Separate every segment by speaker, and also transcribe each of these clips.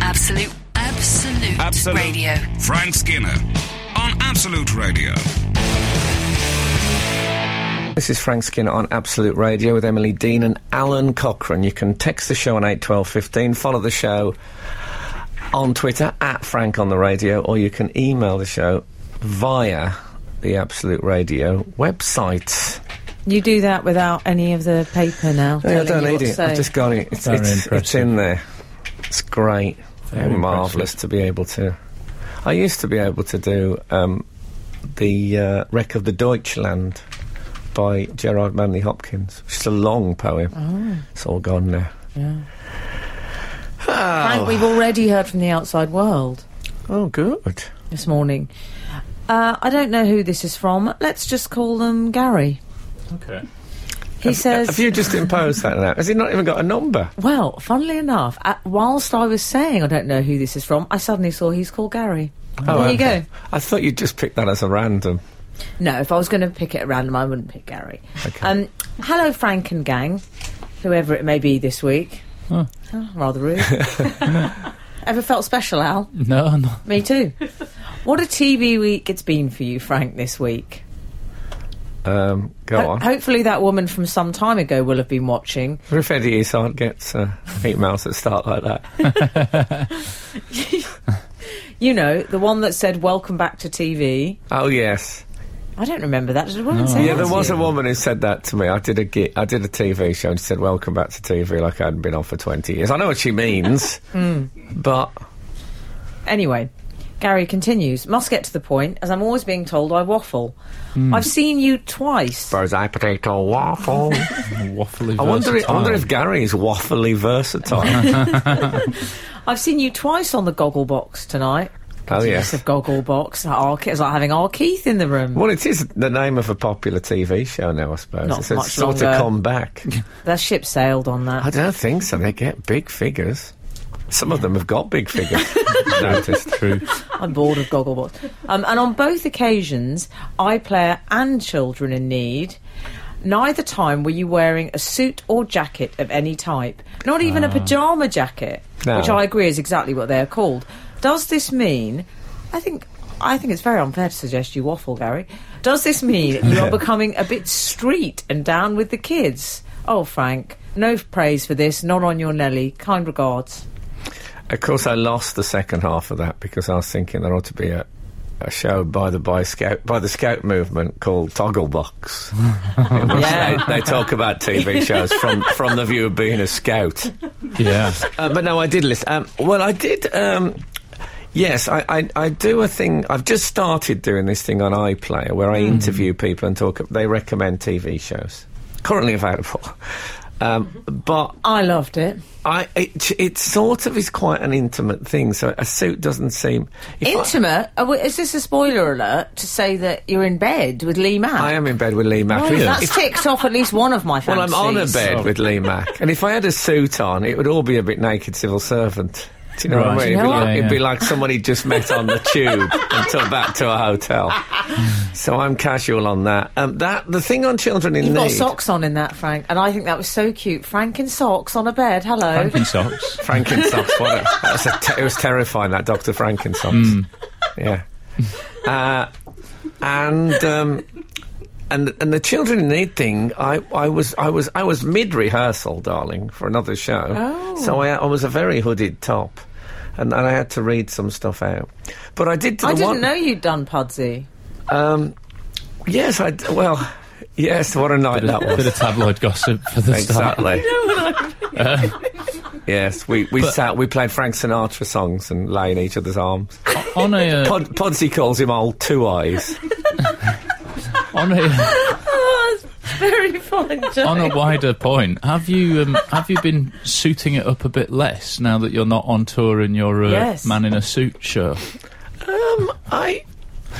Speaker 1: Absolute, absolute,
Speaker 2: Absolute.
Speaker 1: radio.
Speaker 2: Frank Skinner on Absolute Radio.
Speaker 3: This is Frank Skinner on Absolute Radio with Emily Dean and Alan Cochrane. You can text the show on 81215, follow the show on Twitter at Frank on the Radio, or you can email the show via the Absolute Radio website.
Speaker 4: You do that without any of the paper now.
Speaker 3: Yeah, I
Speaker 4: telling
Speaker 3: don't
Speaker 4: you what
Speaker 3: need
Speaker 4: to
Speaker 3: it.
Speaker 4: say.
Speaker 3: I've just got it. It's,
Speaker 5: Very
Speaker 3: it's, it's
Speaker 5: impressive.
Speaker 3: in there. It's great.
Speaker 5: Very
Speaker 3: marvellous
Speaker 5: impressive.
Speaker 3: to be able to. I used to be able to do um, the uh, Wreck of the Deutschland by Gerard Manley Hopkins. It's a long poem. It's all gone now.
Speaker 4: Oh.
Speaker 3: Ah.
Speaker 4: Yeah. Frank, we've already heard from the outside world
Speaker 3: Oh, good.
Speaker 4: this morning. Uh, I don't know who this is from. Let's just call them Gary.
Speaker 5: Okay.
Speaker 4: He says,
Speaker 3: Have you just imposed that now? Has he not even got a number?
Speaker 4: Well, funnily enough, uh, whilst I was saying I don't know who this is from, I suddenly saw he's called Gary. there you
Speaker 3: Oh, okay.
Speaker 4: go.
Speaker 3: um, I thought you'd just picked that as a random.
Speaker 4: No, if I was going to pick it at random, I wouldn't pick Gary.
Speaker 3: Okay.
Speaker 4: Um, hello, Frank and gang, whoever it may be this week. Oh, rather rude. Ever felt special, Al?
Speaker 5: No, no.
Speaker 4: Me too. What a TV week it's been for you, Frank, this week.
Speaker 3: Um, go
Speaker 4: Ho-
Speaker 3: on.
Speaker 4: hopefully, that woman from some time ago will have been watching.
Speaker 3: if Eddie Izzard gets uh, emails that start like that.
Speaker 4: You know, the one that said, Welcome back to TV.
Speaker 3: Oh, yes.
Speaker 4: I don't remember that. Did a woman say
Speaker 3: Yeah,
Speaker 4: that
Speaker 3: there
Speaker 4: to
Speaker 3: was
Speaker 4: you?
Speaker 3: a woman who said that to me. I did a gi- I did a TV show and she said, "Welcome back to TV," like I hadn't been on for twenty years. I know what she means,
Speaker 4: Hmm.
Speaker 3: but
Speaker 4: Anyway, Gary continues. Must get to the point, as I'm always being told I waffle.
Speaker 3: Hmm.
Speaker 4: I've seen you twice.
Speaker 3: as I potato waffle,
Speaker 5: Waffly
Speaker 3: I wonder. If, I
Speaker 5: versatile.
Speaker 3: wonder if Gary is waffly versatile.
Speaker 4: I've seen you twice on the goggle box tonight.
Speaker 3: oh yes.
Speaker 4: Yes, of goggle box. Our Ke- It's like having our Keith in the room.
Speaker 3: Well, it is the name of a popular TV show now, I suppose.
Speaker 4: Not
Speaker 3: it's
Speaker 4: much
Speaker 3: sort
Speaker 4: longer.
Speaker 3: of come back.
Speaker 4: Their ship sailed on
Speaker 3: I
Speaker 4: that.
Speaker 3: don't think so. They get big figures. Some of them have got big figures. Noticed.
Speaker 5: True.
Speaker 4: I'm bored of Gogglebox. Um, and on both occasions, I player and children in need. Neither time were you wearing a suit or jacket of any type, not even a pajama jacket,
Speaker 3: No.
Speaker 4: which I agree is exactly what they are called. Does this mean? I think I think it's very unfair to suggest you waffle, Gary. Does this mean you are becoming a bit street and down with the kids? Oh, Frank, no praise for this. Not on your Nelly. Kind regards.
Speaker 3: Of course, I lost the second half of that because I was thinking there ought to be a, a show by the by scout by the scout movement called Togglebox. in which
Speaker 4: Yeah.
Speaker 3: they, they talk about TV shows from from the view of being a scout.
Speaker 5: Yeah.
Speaker 3: Uh, but no, I did listen. Um, well, I did. Um, yes, I, I, I do a thing. I've just started doing this thing on iPlayer where I interview people and talk. They recommend TV shows currently available. Um, but
Speaker 4: I loved it.
Speaker 3: I it, it sort of is quite an intimate thing, so a suit doesn't seem if I-
Speaker 4: Intimate? Are we- is this a spoiler alert to say that you're in bed with Lee Mack?
Speaker 3: I, am in bed with Lee Mack.
Speaker 5: Oh, yeah.
Speaker 4: That's ticked off at least one of my
Speaker 3: well, I'm
Speaker 4: fantasies.
Speaker 3: on a bed
Speaker 5: Oh.
Speaker 3: with Lee Mack, and if I had a suit on, it would all be a bit naked civil servant. Do you know what I
Speaker 5: Right.
Speaker 3: mean? It'd,
Speaker 5: You
Speaker 4: know
Speaker 3: be,
Speaker 4: what?
Speaker 3: like,
Speaker 5: Yeah,
Speaker 3: it'd
Speaker 5: yeah.
Speaker 3: be like someone he'd just met on the tube and took back to a hotel. so I'm casual on that. Um, that the thing on children in
Speaker 4: You've
Speaker 3: need.
Speaker 4: got socks on in that, Frank, and I think that was so cute. Frank in socks on a bed. Hello.
Speaker 5: Pumpkin socks.
Speaker 3: Frankenstocks. What a, that was a te- it was terrifying. That Doctor
Speaker 5: Hmm.
Speaker 3: Frankenstocks. Yeah. Uh, and um, and and the children in need thing. I, I was I was I was mid rehearsal, darling, for another show.
Speaker 4: Oh.
Speaker 3: So I, I was a very hooded top, and, and I had to read some stuff out. But I did. To
Speaker 4: I
Speaker 3: the
Speaker 4: didn't
Speaker 3: one,
Speaker 4: know you'd done Pudsey.
Speaker 3: Um, yes, I d- well. Yes, what a night that was.
Speaker 5: Bit of tabloid gossip for the start.
Speaker 3: Exactly. Uh, yes, we, we sat, we played Frank Sinatra songs and lay in each other's arms.
Speaker 5: On a uh,
Speaker 3: Pod, Podsy calls him old two eyes.
Speaker 5: on a
Speaker 4: Oh, that's very fun.
Speaker 5: on a wider point, have you um, have you been suiting it up a bit less now that you're not on tour in your uh,
Speaker 4: Yes.
Speaker 5: man in a suit show?
Speaker 3: Um, I,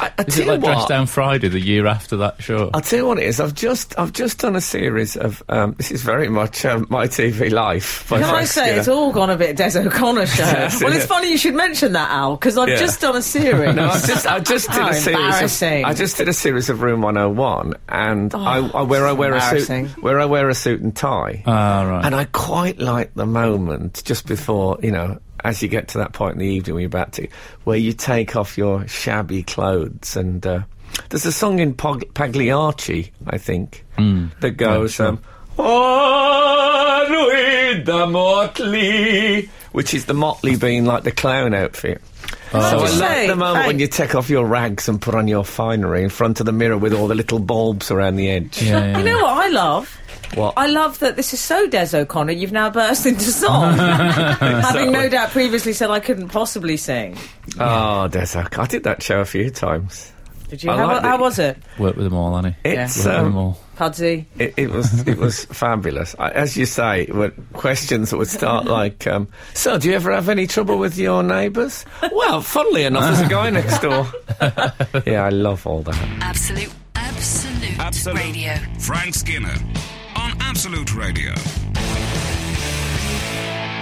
Speaker 3: I, I
Speaker 5: Is
Speaker 3: tell
Speaker 5: it like
Speaker 3: you
Speaker 5: Dress
Speaker 3: what,
Speaker 5: Down Friday the year after that show?
Speaker 3: I'll tell you what it is. I've just, I've just done a series of. Um, this is very much um, my TV life. by
Speaker 4: Can I
Speaker 3: Frank
Speaker 4: say
Speaker 3: Skinner.
Speaker 4: it's all gone a bit Des O'Connor show?
Speaker 3: Yes,
Speaker 4: well, it's
Speaker 3: yeah.
Speaker 4: funny you should mention that, Al, because I've
Speaker 3: Yeah.
Speaker 4: just done a series.
Speaker 3: No, I just, I just did
Speaker 4: How
Speaker 3: a series. Of,
Speaker 4: embarrassing. Oh,
Speaker 3: I just did a series of Room 101, and I, I where I wear a suit,
Speaker 4: embarrassing.
Speaker 3: where I wear a suit and tie.
Speaker 5: Ah, right.
Speaker 3: And I quite like the moment just before, you know, as you get to that point in the evening when you're about to, where you take off your shabby clothes. And uh, there's a song in Pog- Pagliacci, I think,
Speaker 5: Hmm.
Speaker 3: that goes, um, "Oh, Ruid da Motley, which is the Motley being like the clown outfit. So
Speaker 5: Oh.
Speaker 4: I
Speaker 3: I
Speaker 4: just
Speaker 3: love
Speaker 4: say,
Speaker 3: the moment when
Speaker 4: hey.
Speaker 3: you take off your rags and put on your finery in front of the mirror with all the little bulbs around the edge.
Speaker 5: Yeah, yeah,
Speaker 4: You know what I love?
Speaker 3: What?
Speaker 4: I love that this is so Des O'Connor, you've now burst into song. Having no doubt previously said I couldn't possibly sing.
Speaker 3: Oh, Desak, I did that show a few times.
Speaker 4: Did you?
Speaker 3: I
Speaker 4: How,
Speaker 3: like
Speaker 4: how
Speaker 3: that-
Speaker 4: was it,
Speaker 5: yeah. Work with them all, Annie.
Speaker 3: It's
Speaker 5: Work with them
Speaker 3: um,
Speaker 5: all.
Speaker 4: Pudsey?
Speaker 3: it, it was it was fabulous. I, as you say, were questions that would start like, um, "So, do you ever have any trouble with your neighbours?" Well, funnily enough, there's a guy next door. yeah, I love all that.
Speaker 1: Absolute, absolute,
Speaker 2: Absolute.
Speaker 1: radio.
Speaker 2: Frank Skinner on Absolute Radio.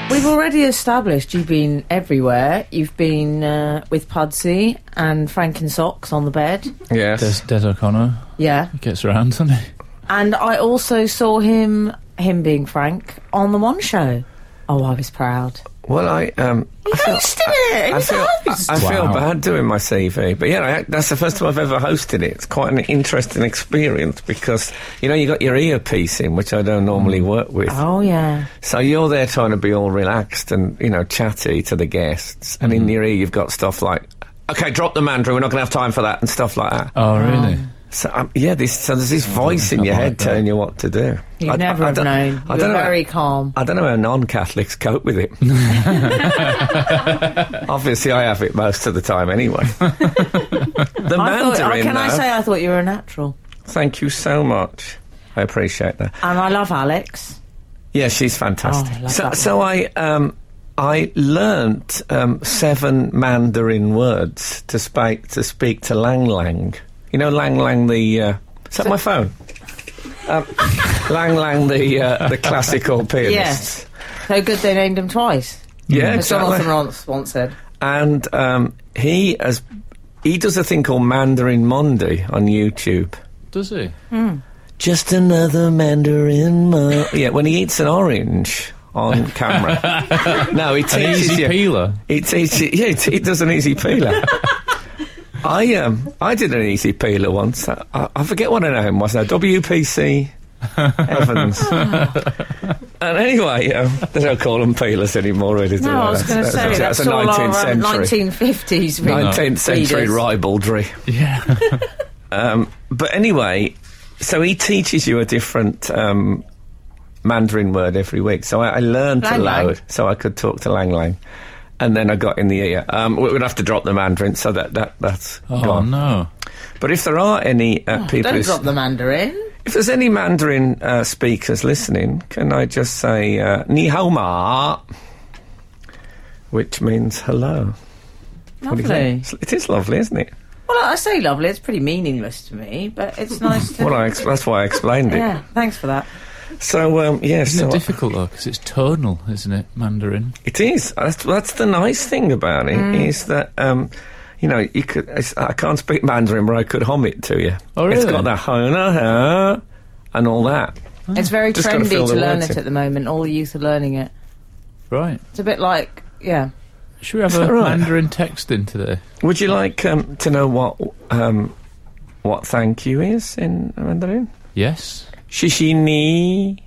Speaker 4: We've already established you've been everywhere. You've been uh, with Pudsey and Franken socks on the bed.
Speaker 3: Yes,
Speaker 5: Des, Des O'Connor
Speaker 4: Yeah.
Speaker 5: gets around, doesn't he?
Speaker 4: And I also saw him, him being Frank, on the One Show. Oh, I was proud.
Speaker 3: Well, I um, I feel,
Speaker 4: hosted it. It
Speaker 3: I
Speaker 4: was
Speaker 3: feel,
Speaker 4: hosted.
Speaker 3: I, I feel
Speaker 5: Wow.
Speaker 3: bad doing my CV, but yeah, I, that's the first time I've ever hosted it. It's quite an interesting experience because you know you got your earpiece in, which I don't normally work with.
Speaker 4: Oh yeah.
Speaker 3: So you're there trying to be all relaxed and you know chatty to the guests, and
Speaker 5: Mm.
Speaker 3: in your ear you've got stuff like. Okay, drop the mandarin. We're not going to have time for that, and stuff like that.
Speaker 5: Oh, really?
Speaker 3: So um, yeah, this, so there's this voice in
Speaker 5: I
Speaker 3: your
Speaker 5: like
Speaker 3: head
Speaker 5: that.
Speaker 3: telling you what to do.
Speaker 4: You'd never have
Speaker 3: don't-
Speaker 4: known.
Speaker 3: I
Speaker 4: You're
Speaker 3: don't know.
Speaker 4: very calm.
Speaker 3: I don't know how non-Catholics cope with it. Obviously, I have it most of the time anyway. the
Speaker 4: I
Speaker 3: mandarin,
Speaker 4: thought, oh, can I
Speaker 3: though,
Speaker 4: say I thought you were a natural?
Speaker 3: Thank you so much. I appreciate that.
Speaker 4: And I love Alex.
Speaker 3: Yeah, she's fantastic.
Speaker 4: Oh, I love
Speaker 3: so,
Speaker 4: that
Speaker 3: so I um, I learnt um, seven Mandarin words to speak to speak to Lang Lang. You know Lang Lang the uh, is that my phone? Um, Lang Lang the uh, the classical pianist.
Speaker 4: Yes. Mm-hmm. So good they named him twice.
Speaker 3: Yeah,
Speaker 4: As
Speaker 3: exactly.
Speaker 4: Jonathan Rance once said.
Speaker 3: And um, he has he does a thing called Mandarin Monday on YouTube.
Speaker 5: Does he?
Speaker 3: Just another Mandarin. Mo- yeah, when he eats an orange on camera. no, he
Speaker 5: An
Speaker 3: teaches
Speaker 5: easy
Speaker 3: you.
Speaker 5: peeler.
Speaker 3: It's easy. Yeah, it, it does an easy peeler. I um, I did an easy peeler once. I, I I forget what her name was now. WPC Evans. and anyway, um, they don't call them peelers anymore, really. do they?
Speaker 4: No, I was
Speaker 3: That's-
Speaker 4: going to say that's, all our um, 1950s. re-
Speaker 3: 19th century
Speaker 4: leaders.
Speaker 3: ribaldry.
Speaker 5: Yeah.
Speaker 3: But anyway, so he teaches you a different um, Mandarin word every week. So I, I learned to
Speaker 4: Lang Lang.
Speaker 3: load, so I could talk to Lang Lang. And then I got in the ear. Um, we- we'd have to drop the Mandarin, so that, that, that's
Speaker 5: Oh,
Speaker 3: gone.
Speaker 5: no.
Speaker 3: But if there are any uh, people,
Speaker 4: Oh, Don't
Speaker 3: who's-
Speaker 4: drop the Mandarin.
Speaker 3: if there's any Mandarin uh, speakers listening, can I just say uh, "ni hao ma," which means hello. What do you
Speaker 4: Lovely.
Speaker 3: think? It is lovely, isn't it?
Speaker 4: Well, I say lovely. It's pretty meaningless to me, but it's nice. to...
Speaker 3: Well, I ex- that's why I explained it.
Speaker 4: yeah, thanks for that.
Speaker 3: So um, yeah,
Speaker 5: Isn't
Speaker 3: so
Speaker 5: it difficult, though? Because it's tonal, isn't it? Mandarin.
Speaker 3: It is. That's, that's the nice thing about it is
Speaker 4: Mm.
Speaker 3: that um, you know you could. It's, I can't speak Mandarin, but I could hum it to you.
Speaker 5: Oh,
Speaker 3: It's
Speaker 5: really?
Speaker 3: got the hona huh, and all that.
Speaker 4: It's very
Speaker 3: Just gotta
Speaker 4: trendy
Speaker 3: fill
Speaker 4: to
Speaker 3: the
Speaker 4: learn
Speaker 3: words
Speaker 4: it
Speaker 3: in.
Speaker 4: at the moment. All the youth are learning it.
Speaker 5: Right.
Speaker 4: It's a bit like, yeah.
Speaker 5: Should we have
Speaker 3: Is
Speaker 5: a
Speaker 3: that right?
Speaker 5: Mandarin text in today?
Speaker 3: Would you like um, to know what um, what thank you is in Mandarin?
Speaker 5: Yes.
Speaker 3: Shishi ni.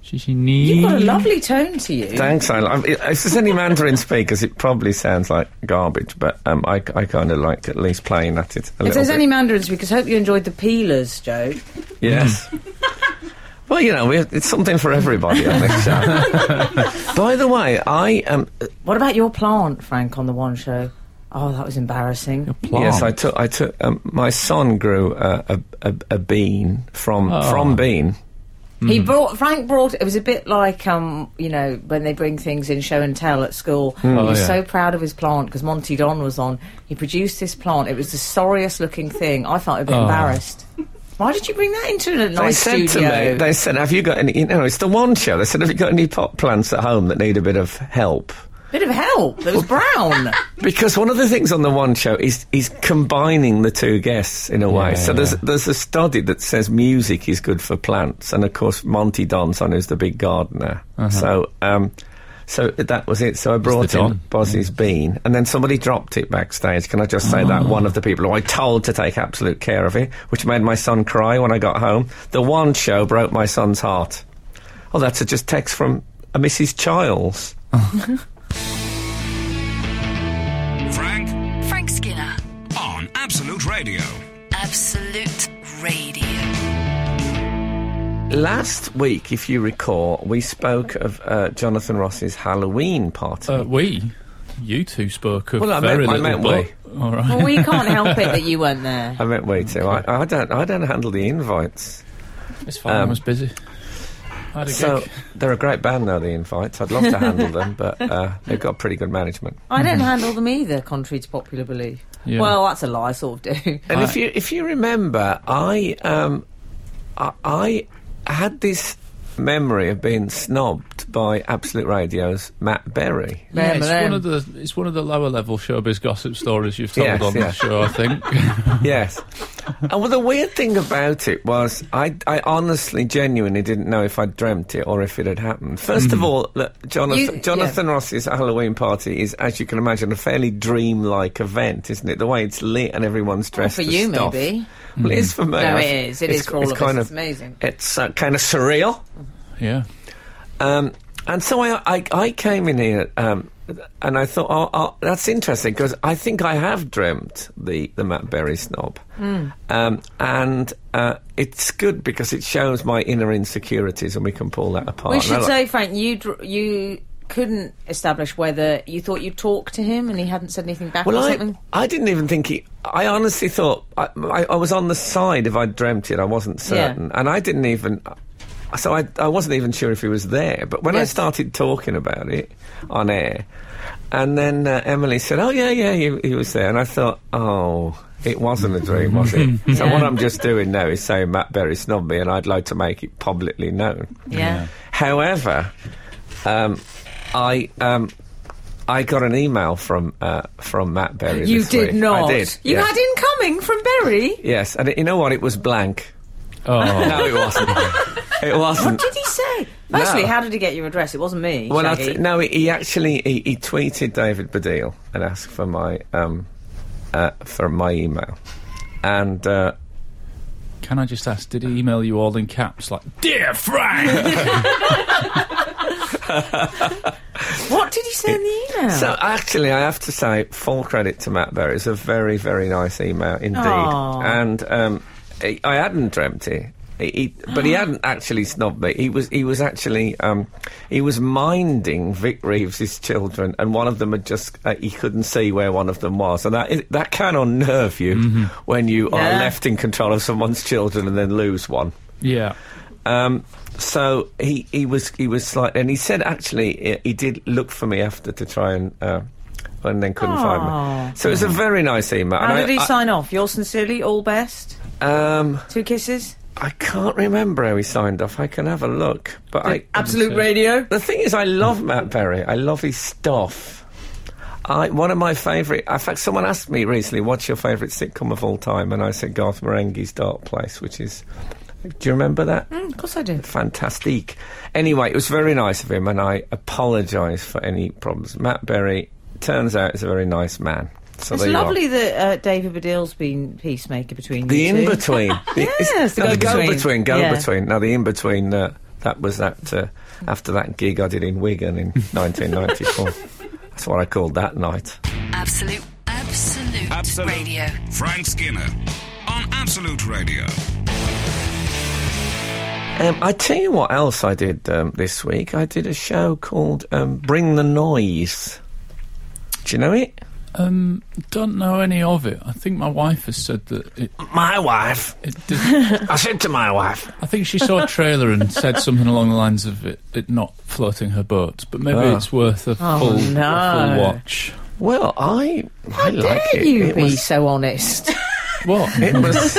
Speaker 5: She, she needs.
Speaker 4: You've got a lovely tone to you.
Speaker 3: Thanks. I, I, if there's any Mandarin speakers, it probably sounds like garbage, but um, I, I kind of like at least playing at it a
Speaker 4: if
Speaker 3: little
Speaker 4: there's
Speaker 3: bit.
Speaker 4: any Mandarin speakers, hope you enjoyed the peelers joke.
Speaker 3: Yes. Mm. well, you know, we it's something for everybody on this show. By the way, I um,
Speaker 4: What about your plant, Frank, on the one show? Oh, that was embarrassing.
Speaker 3: yes, I took I took um, my son grew uh, a, a a bean from
Speaker 5: Oh.
Speaker 3: from bean.
Speaker 4: He brought Frank brought. It was a bit like um, you know, when they bring things in show and tell at school. he
Speaker 5: Oh,
Speaker 4: was
Speaker 5: yeah.
Speaker 4: so proud of his plant because Monty Don was on. He produced this plant. It was the sorriest looking thing. I felt a bit
Speaker 5: Oh.
Speaker 4: embarrassed. Why did you bring that into a
Speaker 3: They
Speaker 4: nice
Speaker 3: said
Speaker 4: studio?
Speaker 3: to me, they said, "Have you got any?" You know, it's the one show. They said, "Have you got any pot plants at home that need a bit of help?"
Speaker 4: Bit of help. That was brown.
Speaker 3: Because one of the things on the one show is is combining the two guests in a way.
Speaker 5: Yeah,
Speaker 3: so there's
Speaker 5: yeah.
Speaker 3: there's a study that says music
Speaker 5: Uh-huh.
Speaker 3: is good for plants, and of course Monty Don's on who's the big gardener. So um, So that was it. So I brought
Speaker 5: the
Speaker 3: in
Speaker 5: Don.
Speaker 3: Bozzy's bean, and then somebody dropped it backstage. Can I just say
Speaker 5: Ah.
Speaker 3: that one of the people who I told to take absolute care of it, which made my son cry when I got home. The one show broke my son's heart. Oh, that's a just text from a Mrs. Childs.
Speaker 2: Frank
Speaker 1: Frank Skinner.
Speaker 2: on Absolute Radio.
Speaker 1: Absolute Radio.
Speaker 3: Last week, if you recall, we spoke of uh, Jonathan Ross's Halloween party.
Speaker 5: Uh, we, you two spoke of
Speaker 3: Well, I
Speaker 5: very
Speaker 3: meant- I
Speaker 5: little,
Speaker 3: meant
Speaker 5: but- all right.
Speaker 4: Well, we can't help it that you weren't there.
Speaker 3: I meant way too. I, I don't. I don't handle the invites.
Speaker 5: It's fine. I
Speaker 3: Um,
Speaker 5: was busy. I had a
Speaker 3: So
Speaker 5: gig.
Speaker 3: they're a great band now, the Invites. I'd love to handle them, but uh, they've got pretty good management.
Speaker 4: I don't handle them either, contrary to popular belief.
Speaker 5: Yeah.
Speaker 4: Well, that's a lie, I sort of do.
Speaker 3: And
Speaker 5: I-
Speaker 3: if you if you remember, I um, I, I had this memory of being snobbed by Absolute Radio's Matt Berry.
Speaker 5: Yeah,
Speaker 4: Them,
Speaker 5: it's
Speaker 4: them.
Speaker 5: one of the it's one of the lower level showbiz gossip stories you've told
Speaker 3: Yes,
Speaker 5: on
Speaker 3: yeah.
Speaker 5: the show. I think.
Speaker 3: yes. And well, the weird thing about it was, I, I honestly, genuinely didn't know if I dreamt it or if it had happened. First of all, look, Jonathan,
Speaker 4: You-
Speaker 3: Jonathan Ross's Halloween party is, as you can imagine, a fairly dreamlike event, isn't it? The way it's lit and everyone's dressed
Speaker 4: for
Speaker 3: as
Speaker 4: you,
Speaker 3: stuff.
Speaker 4: maybe.
Speaker 3: Well, it is for me.
Speaker 4: No,
Speaker 3: I-
Speaker 4: it is. It is for all
Speaker 3: it's
Speaker 4: of
Speaker 3: kind
Speaker 4: us. It's amazing.
Speaker 3: It's uh, kind of surreal.
Speaker 5: yeah.
Speaker 3: Um, and so I, I, I came in here um, and I thought, oh, oh that's interesting because I think I have dreamt the, the Matt Berry snob.
Speaker 4: Hmm.
Speaker 3: Um, and uh, it's good because it shows my inner insecurities and we can pull that apart.
Speaker 4: We
Speaker 3: And I
Speaker 4: should
Speaker 3: like-
Speaker 4: say, Frank, you dr- you couldn't establish whether you thought you talked to him and he hadn't said anything back
Speaker 3: well,
Speaker 4: or
Speaker 3: I,
Speaker 4: something.
Speaker 3: I didn't even think he. I honestly thought I, I, I was on the side if I dreamt it. I wasn't certain, and I didn't even. So I, I wasn't even sure if he was there. But when I
Speaker 4: Yes.
Speaker 3: started talking about it on air, and then uh, Emily said, "Oh yeah, yeah, he, he was there," and I thought, "Oh." It wasn't a dream, was it? So what I'm just doing now is saying Matt Berry snubbed me, and I'd like to make it publicly known.
Speaker 4: Yeah.
Speaker 3: However, um, I um, I got an email from uh, from Matt Berry.
Speaker 4: You
Speaker 3: this
Speaker 4: did
Speaker 3: week.
Speaker 4: not.
Speaker 3: I did.
Speaker 4: You
Speaker 3: yes.
Speaker 4: had incoming from Berry.
Speaker 3: Yes, and it- you know what? It was blank.
Speaker 5: Oh,
Speaker 3: No, it wasn't. it wasn't.
Speaker 4: Did he say? Firstly,
Speaker 3: No.
Speaker 4: how did he get your address? It wasn't me.
Speaker 3: Well, I
Speaker 4: Shaggy.
Speaker 3: th- no, he, he actually he, he tweeted David Baddiel and asked for my um, uh, for my email, and. Uh,
Speaker 5: can I just ask? Did he email you all in caps like, "Dear Frank"?
Speaker 4: What did he say in the email?
Speaker 3: So actually, I have to say full credit to Matt Berry. It's a very, very nice email indeed.
Speaker 4: Aw.
Speaker 3: And um, I I hadn't dreamt it. He- he- but he hadn't actually snobbed me. He was he was actually um, he was minding Vic Reeves's children, and one of them had just uh, he couldn't see where one of them was, and that is, that can unnerve you when you are
Speaker 4: Mm-hmm. Yeah.
Speaker 3: left in control of someone's children and then lose one.
Speaker 5: yeah.
Speaker 3: Um, so he, he was he was slightly, and he said actually he, he did look for me after to try and uh, and then couldn't find me. So it was a very nice email.
Speaker 4: how
Speaker 3: and
Speaker 4: did he
Speaker 3: I,
Speaker 4: sign off? Yours sincerely, all best.
Speaker 3: I, um,
Speaker 4: Two kisses.
Speaker 3: I can't remember how he signed off. I can have a look, but I,
Speaker 4: Absolute radio.
Speaker 3: the thing is, I love Matt Berry. I love his stuff. I, one of my favourite. In fact, someone asked me recently, "What's your favourite sitcom of all time?" And I said Garth Marenghi's Dark Place, which is. Do you remember that?
Speaker 4: Of course I do.
Speaker 3: fantastique. Anyway, it was very nice of him, and I apologise for any problems. Matt Berry turns out is a very nice man. So
Speaker 4: It's
Speaker 3: there you are.
Speaker 4: lovely that uh, David Baddiel's been peacemaker between
Speaker 3: The
Speaker 4: you
Speaker 3: in
Speaker 4: two.
Speaker 3: between.
Speaker 4: Yes, the
Speaker 3: the go
Speaker 4: go-between.
Speaker 3: between. Go
Speaker 4: Yeah.
Speaker 3: between. Now the in between. Uh, that was that. Uh, after that gig I did in Wigan in 1994. That's what I called that night.
Speaker 1: Absolute. Absolute,
Speaker 2: Absolute.
Speaker 1: Radio.
Speaker 2: Frank Skinner on Absolute Radio.
Speaker 3: Um, I tell you what else I did um, this week. I did a show called um, Bring the Noise. Do you know it?
Speaker 5: Um, don't know any of it. I think my wife has said that it.
Speaker 3: My wife.
Speaker 5: it did,
Speaker 3: I said to my wife,
Speaker 5: I think she saw a trailer and said something along the lines of it, it not floating her boat, but maybe
Speaker 3: Oh.
Speaker 5: it's worth a full, a full
Speaker 4: no.
Speaker 5: watch.
Speaker 3: Well, I I like
Speaker 4: Dare
Speaker 3: it.
Speaker 4: you
Speaker 3: it
Speaker 4: be
Speaker 3: was
Speaker 4: so honest?
Speaker 5: What?
Speaker 3: it was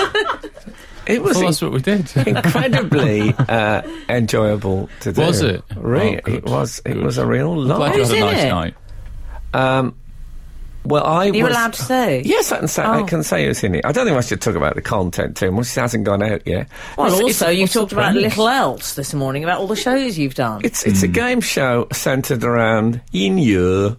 Speaker 3: it was
Speaker 5: well, that's what we did.
Speaker 3: incredibly uh, enjoyable to do.
Speaker 5: Was it?
Speaker 3: Really,
Speaker 5: Oh, good.
Speaker 3: it was. It
Speaker 5: Good.
Speaker 3: was a real
Speaker 5: Glad
Speaker 3: lot.
Speaker 5: you
Speaker 4: Who's
Speaker 5: had a
Speaker 4: in
Speaker 5: nice
Speaker 4: it?
Speaker 5: night.
Speaker 3: Um, Well, I
Speaker 4: You're
Speaker 3: was-
Speaker 4: allowed to say.
Speaker 3: Yes, I can say, I
Speaker 4: Oh.
Speaker 3: can say it's in it. I don't think I should talk about the content too much. It hasn't gone out yet.
Speaker 4: Well,
Speaker 3: It's-
Speaker 4: also,
Speaker 3: it's-
Speaker 4: you've talked about
Speaker 5: premise?
Speaker 4: little else this morning about all the shows you've done.
Speaker 3: It's it's
Speaker 5: Hmm.
Speaker 3: a game show centred around yin yu,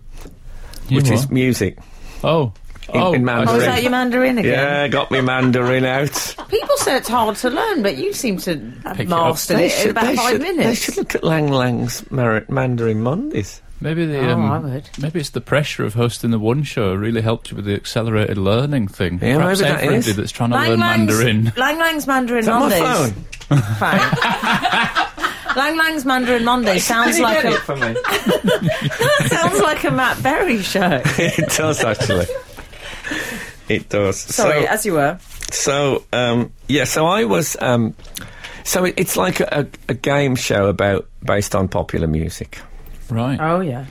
Speaker 5: You
Speaker 3: which
Speaker 5: what?
Speaker 3: is music.
Speaker 5: oh,
Speaker 3: in
Speaker 5: oh,
Speaker 3: Mandarin.
Speaker 4: oh, is
Speaker 5: I see.
Speaker 4: that your Mandarin again?
Speaker 3: Yeah, got me Mandarin out.
Speaker 4: People say it's hard to learn, but you seem to have
Speaker 5: Pick it up.
Speaker 4: mastered it, in about
Speaker 3: they
Speaker 4: five
Speaker 3: should- They
Speaker 4: minutes.
Speaker 3: should look at Lang Lang's Mar- Mandarin Mondays.
Speaker 5: Maybe the
Speaker 4: Oh,
Speaker 5: um,
Speaker 4: I would.
Speaker 5: maybe it's the pressure of hosting the one show really helped you with the accelerated learning thing.
Speaker 3: Yeah,
Speaker 5: Perhaps
Speaker 3: maybe that
Speaker 5: everybody
Speaker 3: is.
Speaker 5: that's trying to
Speaker 4: Lang
Speaker 5: learn
Speaker 4: Lang's,
Speaker 5: Mandarin.
Speaker 4: Lang Lang's Mandarin
Speaker 3: Is that my
Speaker 4: Mondays.
Speaker 3: phone?
Speaker 4: Fine. Lang Lang's Mandarin Monday sounds like a
Speaker 3: for me.
Speaker 4: sounds like a Matt Berry show.
Speaker 3: it does actually. It does.
Speaker 4: Sorry,
Speaker 3: So-
Speaker 4: as you were.
Speaker 3: So um, yeah, so I was. Um, so it, it's like a, a, a game show about based on popular music,
Speaker 5: Right.
Speaker 4: Oh yeah.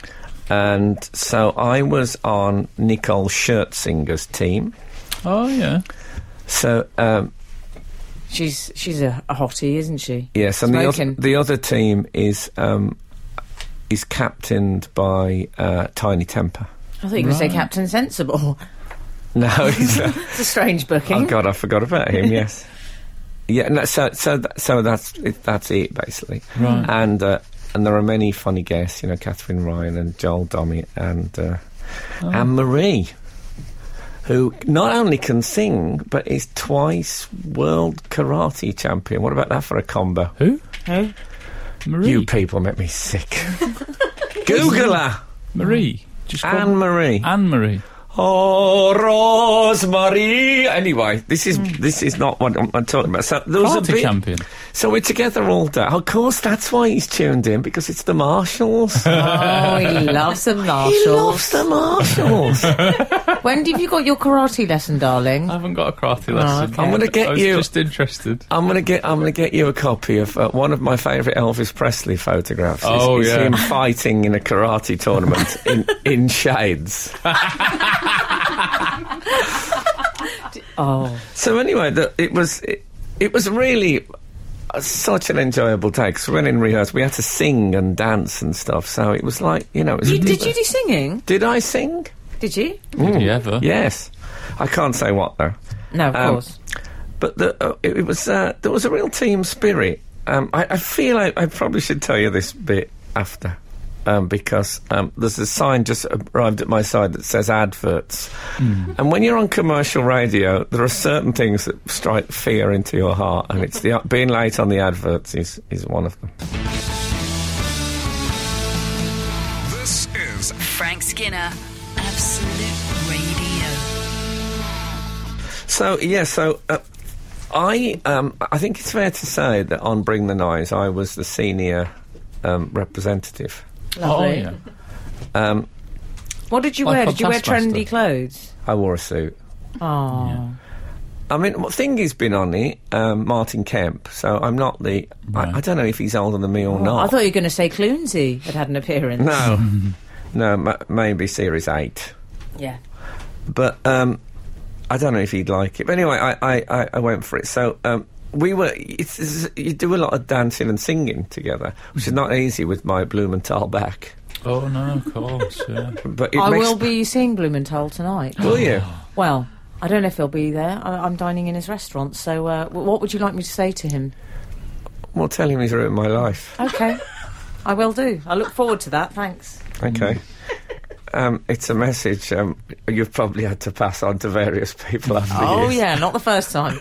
Speaker 3: and so I was on Nicole Scherzinger's team.
Speaker 5: Oh yeah.
Speaker 3: So um,
Speaker 4: She's she's a, a hottie, isn't she?
Speaker 3: yes, and the other,
Speaker 4: Smoking.
Speaker 3: the other team is um, is captained by uh, Tiny Temper.
Speaker 4: I thought you were going to say
Speaker 5: Right.
Speaker 4: Captain Sensible.
Speaker 3: No, he's a-
Speaker 4: It's a strange booking.
Speaker 3: oh god, I forgot about him. Yes. Yeah, no, so so th- so that's it, that's it basically,
Speaker 5: Right.
Speaker 3: and uh, and there are many funny guests, you know, Catherine Ryan and Joel Dommett and uh, Anne Marie, who not only can sing but is twice world karate champion. What about that for a combo?
Speaker 5: Who?
Speaker 4: Who?
Speaker 5: Marie.
Speaker 3: You people make me sick. Google her,
Speaker 5: Marie. Just call
Speaker 3: Anne Marie.
Speaker 5: Anne Marie.
Speaker 3: Oh, Rosemary. Anyway, this is this is not what I'm, I'm talking about. So there was a
Speaker 5: Party
Speaker 3: bit-
Speaker 5: Hmm. champion.
Speaker 3: So we're together all day. Of course, that's why he's tuned in because it's the Marshals.
Speaker 4: Oh, he loves the Marshalls.
Speaker 3: he loves the Marshals.
Speaker 4: When have you got your karate lesson, darling?
Speaker 5: I haven't got a crafty lesson.
Speaker 4: okay.
Speaker 3: I'm gonna get
Speaker 5: I was
Speaker 3: you-
Speaker 5: Just interested.
Speaker 3: I'm gonna get. I'm gonna get you a copy of uh, one of my favourite Elvis Presley photographs. It's-
Speaker 5: Oh,
Speaker 3: it's
Speaker 5: yeah.
Speaker 3: him fighting in a karate tournament in in shades.
Speaker 4: Oh,
Speaker 3: So anyway, the, it was it, it was really uh, such an enjoyable day because when in rehearsal we had to sing and dance and stuff. So it was like you know. It was
Speaker 4: you, did you do singing?
Speaker 3: Did I sing?
Speaker 4: Did you?
Speaker 5: Did you ever?
Speaker 3: Yes. I can't say what though.
Speaker 4: No, of
Speaker 3: Um,
Speaker 4: course.
Speaker 3: but the, uh, it, it was uh, there was a real team spirit. Um, I, I feel I, I probably should tell you this bit after. Um, because um, there's a sign just arrived at my side that says adverts. And when you're on commercial radio, there are certain things that strike fear into your heart, and it's the being late on the adverts is, is one of them.
Speaker 2: This is
Speaker 1: Frank Skinner, Absolute Radio.
Speaker 3: So yeah, so uh, I um, I think it's fair to say that on Bring the Noise, I was the senior um, representative.
Speaker 5: Oh
Speaker 4: Lovely.
Speaker 5: yeah.
Speaker 4: What did you
Speaker 5: Like
Speaker 4: wear? Did you wear
Speaker 5: Taskmaster.
Speaker 4: trendy clothes?
Speaker 3: I wore a suit.
Speaker 4: Oh,
Speaker 3: I mean, well, Thingy's been on it, um, Martin Kemp, so I'm not the.
Speaker 5: Right.
Speaker 3: I, I don't know if he's older than me or not.
Speaker 4: Oh, I thought you were going to say Clumsy had had an appearance.
Speaker 3: no. no, m- maybe Series 8.
Speaker 4: Yeah.
Speaker 3: But um, I don't know if he'd like it. But anyway, I, I, I, I went for it. So um, we were. It's, it's- you do a lot of dancing and singing together, which is not easy with my Blumenthal back.
Speaker 5: Oh no, of course. Yeah.
Speaker 3: But it
Speaker 4: I
Speaker 3: makes,
Speaker 4: will be seeing Blumenthal tonight.
Speaker 3: Will you?
Speaker 4: Well, I don't know if he'll be there. I, I'm dining in his restaurant, so uh, w- what would you like me to say to him?
Speaker 3: Well, tell him he's ruined my life.
Speaker 4: Okay. I will do. I look forward to that. Thanks.
Speaker 5: Mm.
Speaker 3: Okay. Um, it's a message um, you've probably had to pass on to various people over the
Speaker 4: Oh,
Speaker 3: years.
Speaker 4: yeah, not the first time.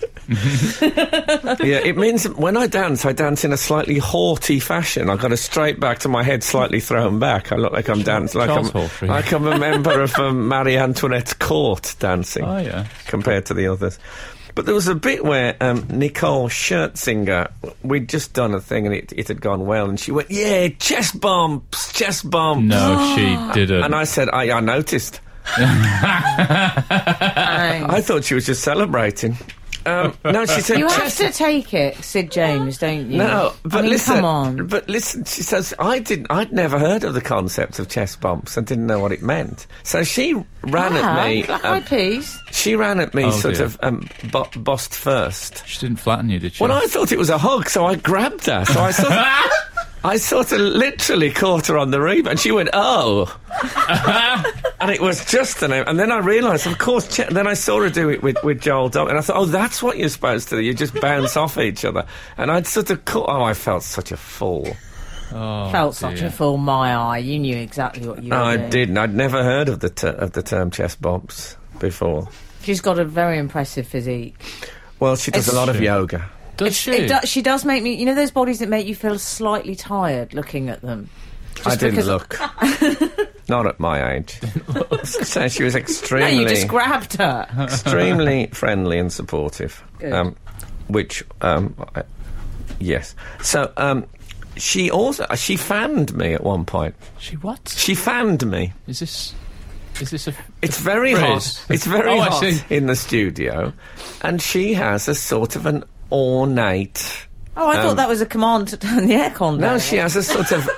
Speaker 3: Yeah, it means when I dance, I dance in a slightly haughty fashion. I've got a straight back to my head, slightly thrown back. I look like I'm dancing like
Speaker 5: Charles
Speaker 3: I'm
Speaker 5: Hawtrey.
Speaker 3: like I'm a member of um, Marie Antoinette's court dancing
Speaker 5: Oh yeah.
Speaker 3: compared to the others. But there was a bit where um, Nicole Scherzinger, we'd just done a thing and it, it had gone well, and she went, "Yeah, chest bumps, chest bumps."
Speaker 5: No, she didn't.
Speaker 3: Ah. And I said, I, I noticed.
Speaker 4: Thanks.
Speaker 3: I thought she was just celebrating. Um, no, she said,
Speaker 4: You
Speaker 3: "Chest
Speaker 4: have to take it, Sid James, don't you?
Speaker 3: No, but
Speaker 4: I mean,
Speaker 3: listen.
Speaker 4: come on.
Speaker 3: But listen, she says I didn't. I'd never heard of the concept of chest bumps. I didn't know what it meant. So she ran at me.
Speaker 4: Black
Speaker 3: um,
Speaker 4: eyed peas.
Speaker 3: she ran at me,
Speaker 5: Oh,
Speaker 3: sort
Speaker 5: dear.
Speaker 3: of um, bo- bossed first.
Speaker 5: she didn't flatten you, did she?
Speaker 3: Well, I thought it was a hug, so I grabbed her. So I sort of, I sort of literally caught her on the rebound. and She went, oh. and it was just the name. And then I realised, of course, Ch- then I saw her do it with, with Joel Dog. And I thought, oh, that's what you're supposed to do. You just bounce off each other. And I'd sort of caught, oh, I felt such a fool.
Speaker 5: Oh,
Speaker 4: Felt such a fool, my eye. You knew exactly what you were
Speaker 3: I
Speaker 4: doing.
Speaker 3: didn't. I'd never heard of the, ter- of the term chess bobs before.
Speaker 4: She's got a very impressive physique.
Speaker 3: Well, she does a
Speaker 4: It's-
Speaker 3: lot of yoga.
Speaker 5: Does
Speaker 4: It's-
Speaker 5: she?
Speaker 4: It do, she does make me. You know those bodies that make you feel slightly tired looking at them.
Speaker 3: I
Speaker 4: Just
Speaker 3: didn't
Speaker 4: because-
Speaker 3: look. Not at my age. so she was
Speaker 4: No,
Speaker 3: extremely,
Speaker 4: you just grabbed her.
Speaker 3: extremely friendly and supportive.
Speaker 4: Good.
Speaker 3: which, um, I, yes. So um, she also uh, she fanned me at one point.
Speaker 5: She what?
Speaker 3: She fanned me.
Speaker 5: Is this? Is this a?
Speaker 3: It's very
Speaker 5: Phrase.
Speaker 3: hot. It's very
Speaker 5: Oh, I
Speaker 3: hot
Speaker 5: see.
Speaker 3: in the studio, and she has a sort of an ornate.
Speaker 4: Oh, I
Speaker 3: Um,
Speaker 4: thought that was a command to turn the aircon down.
Speaker 3: No, she has a sort of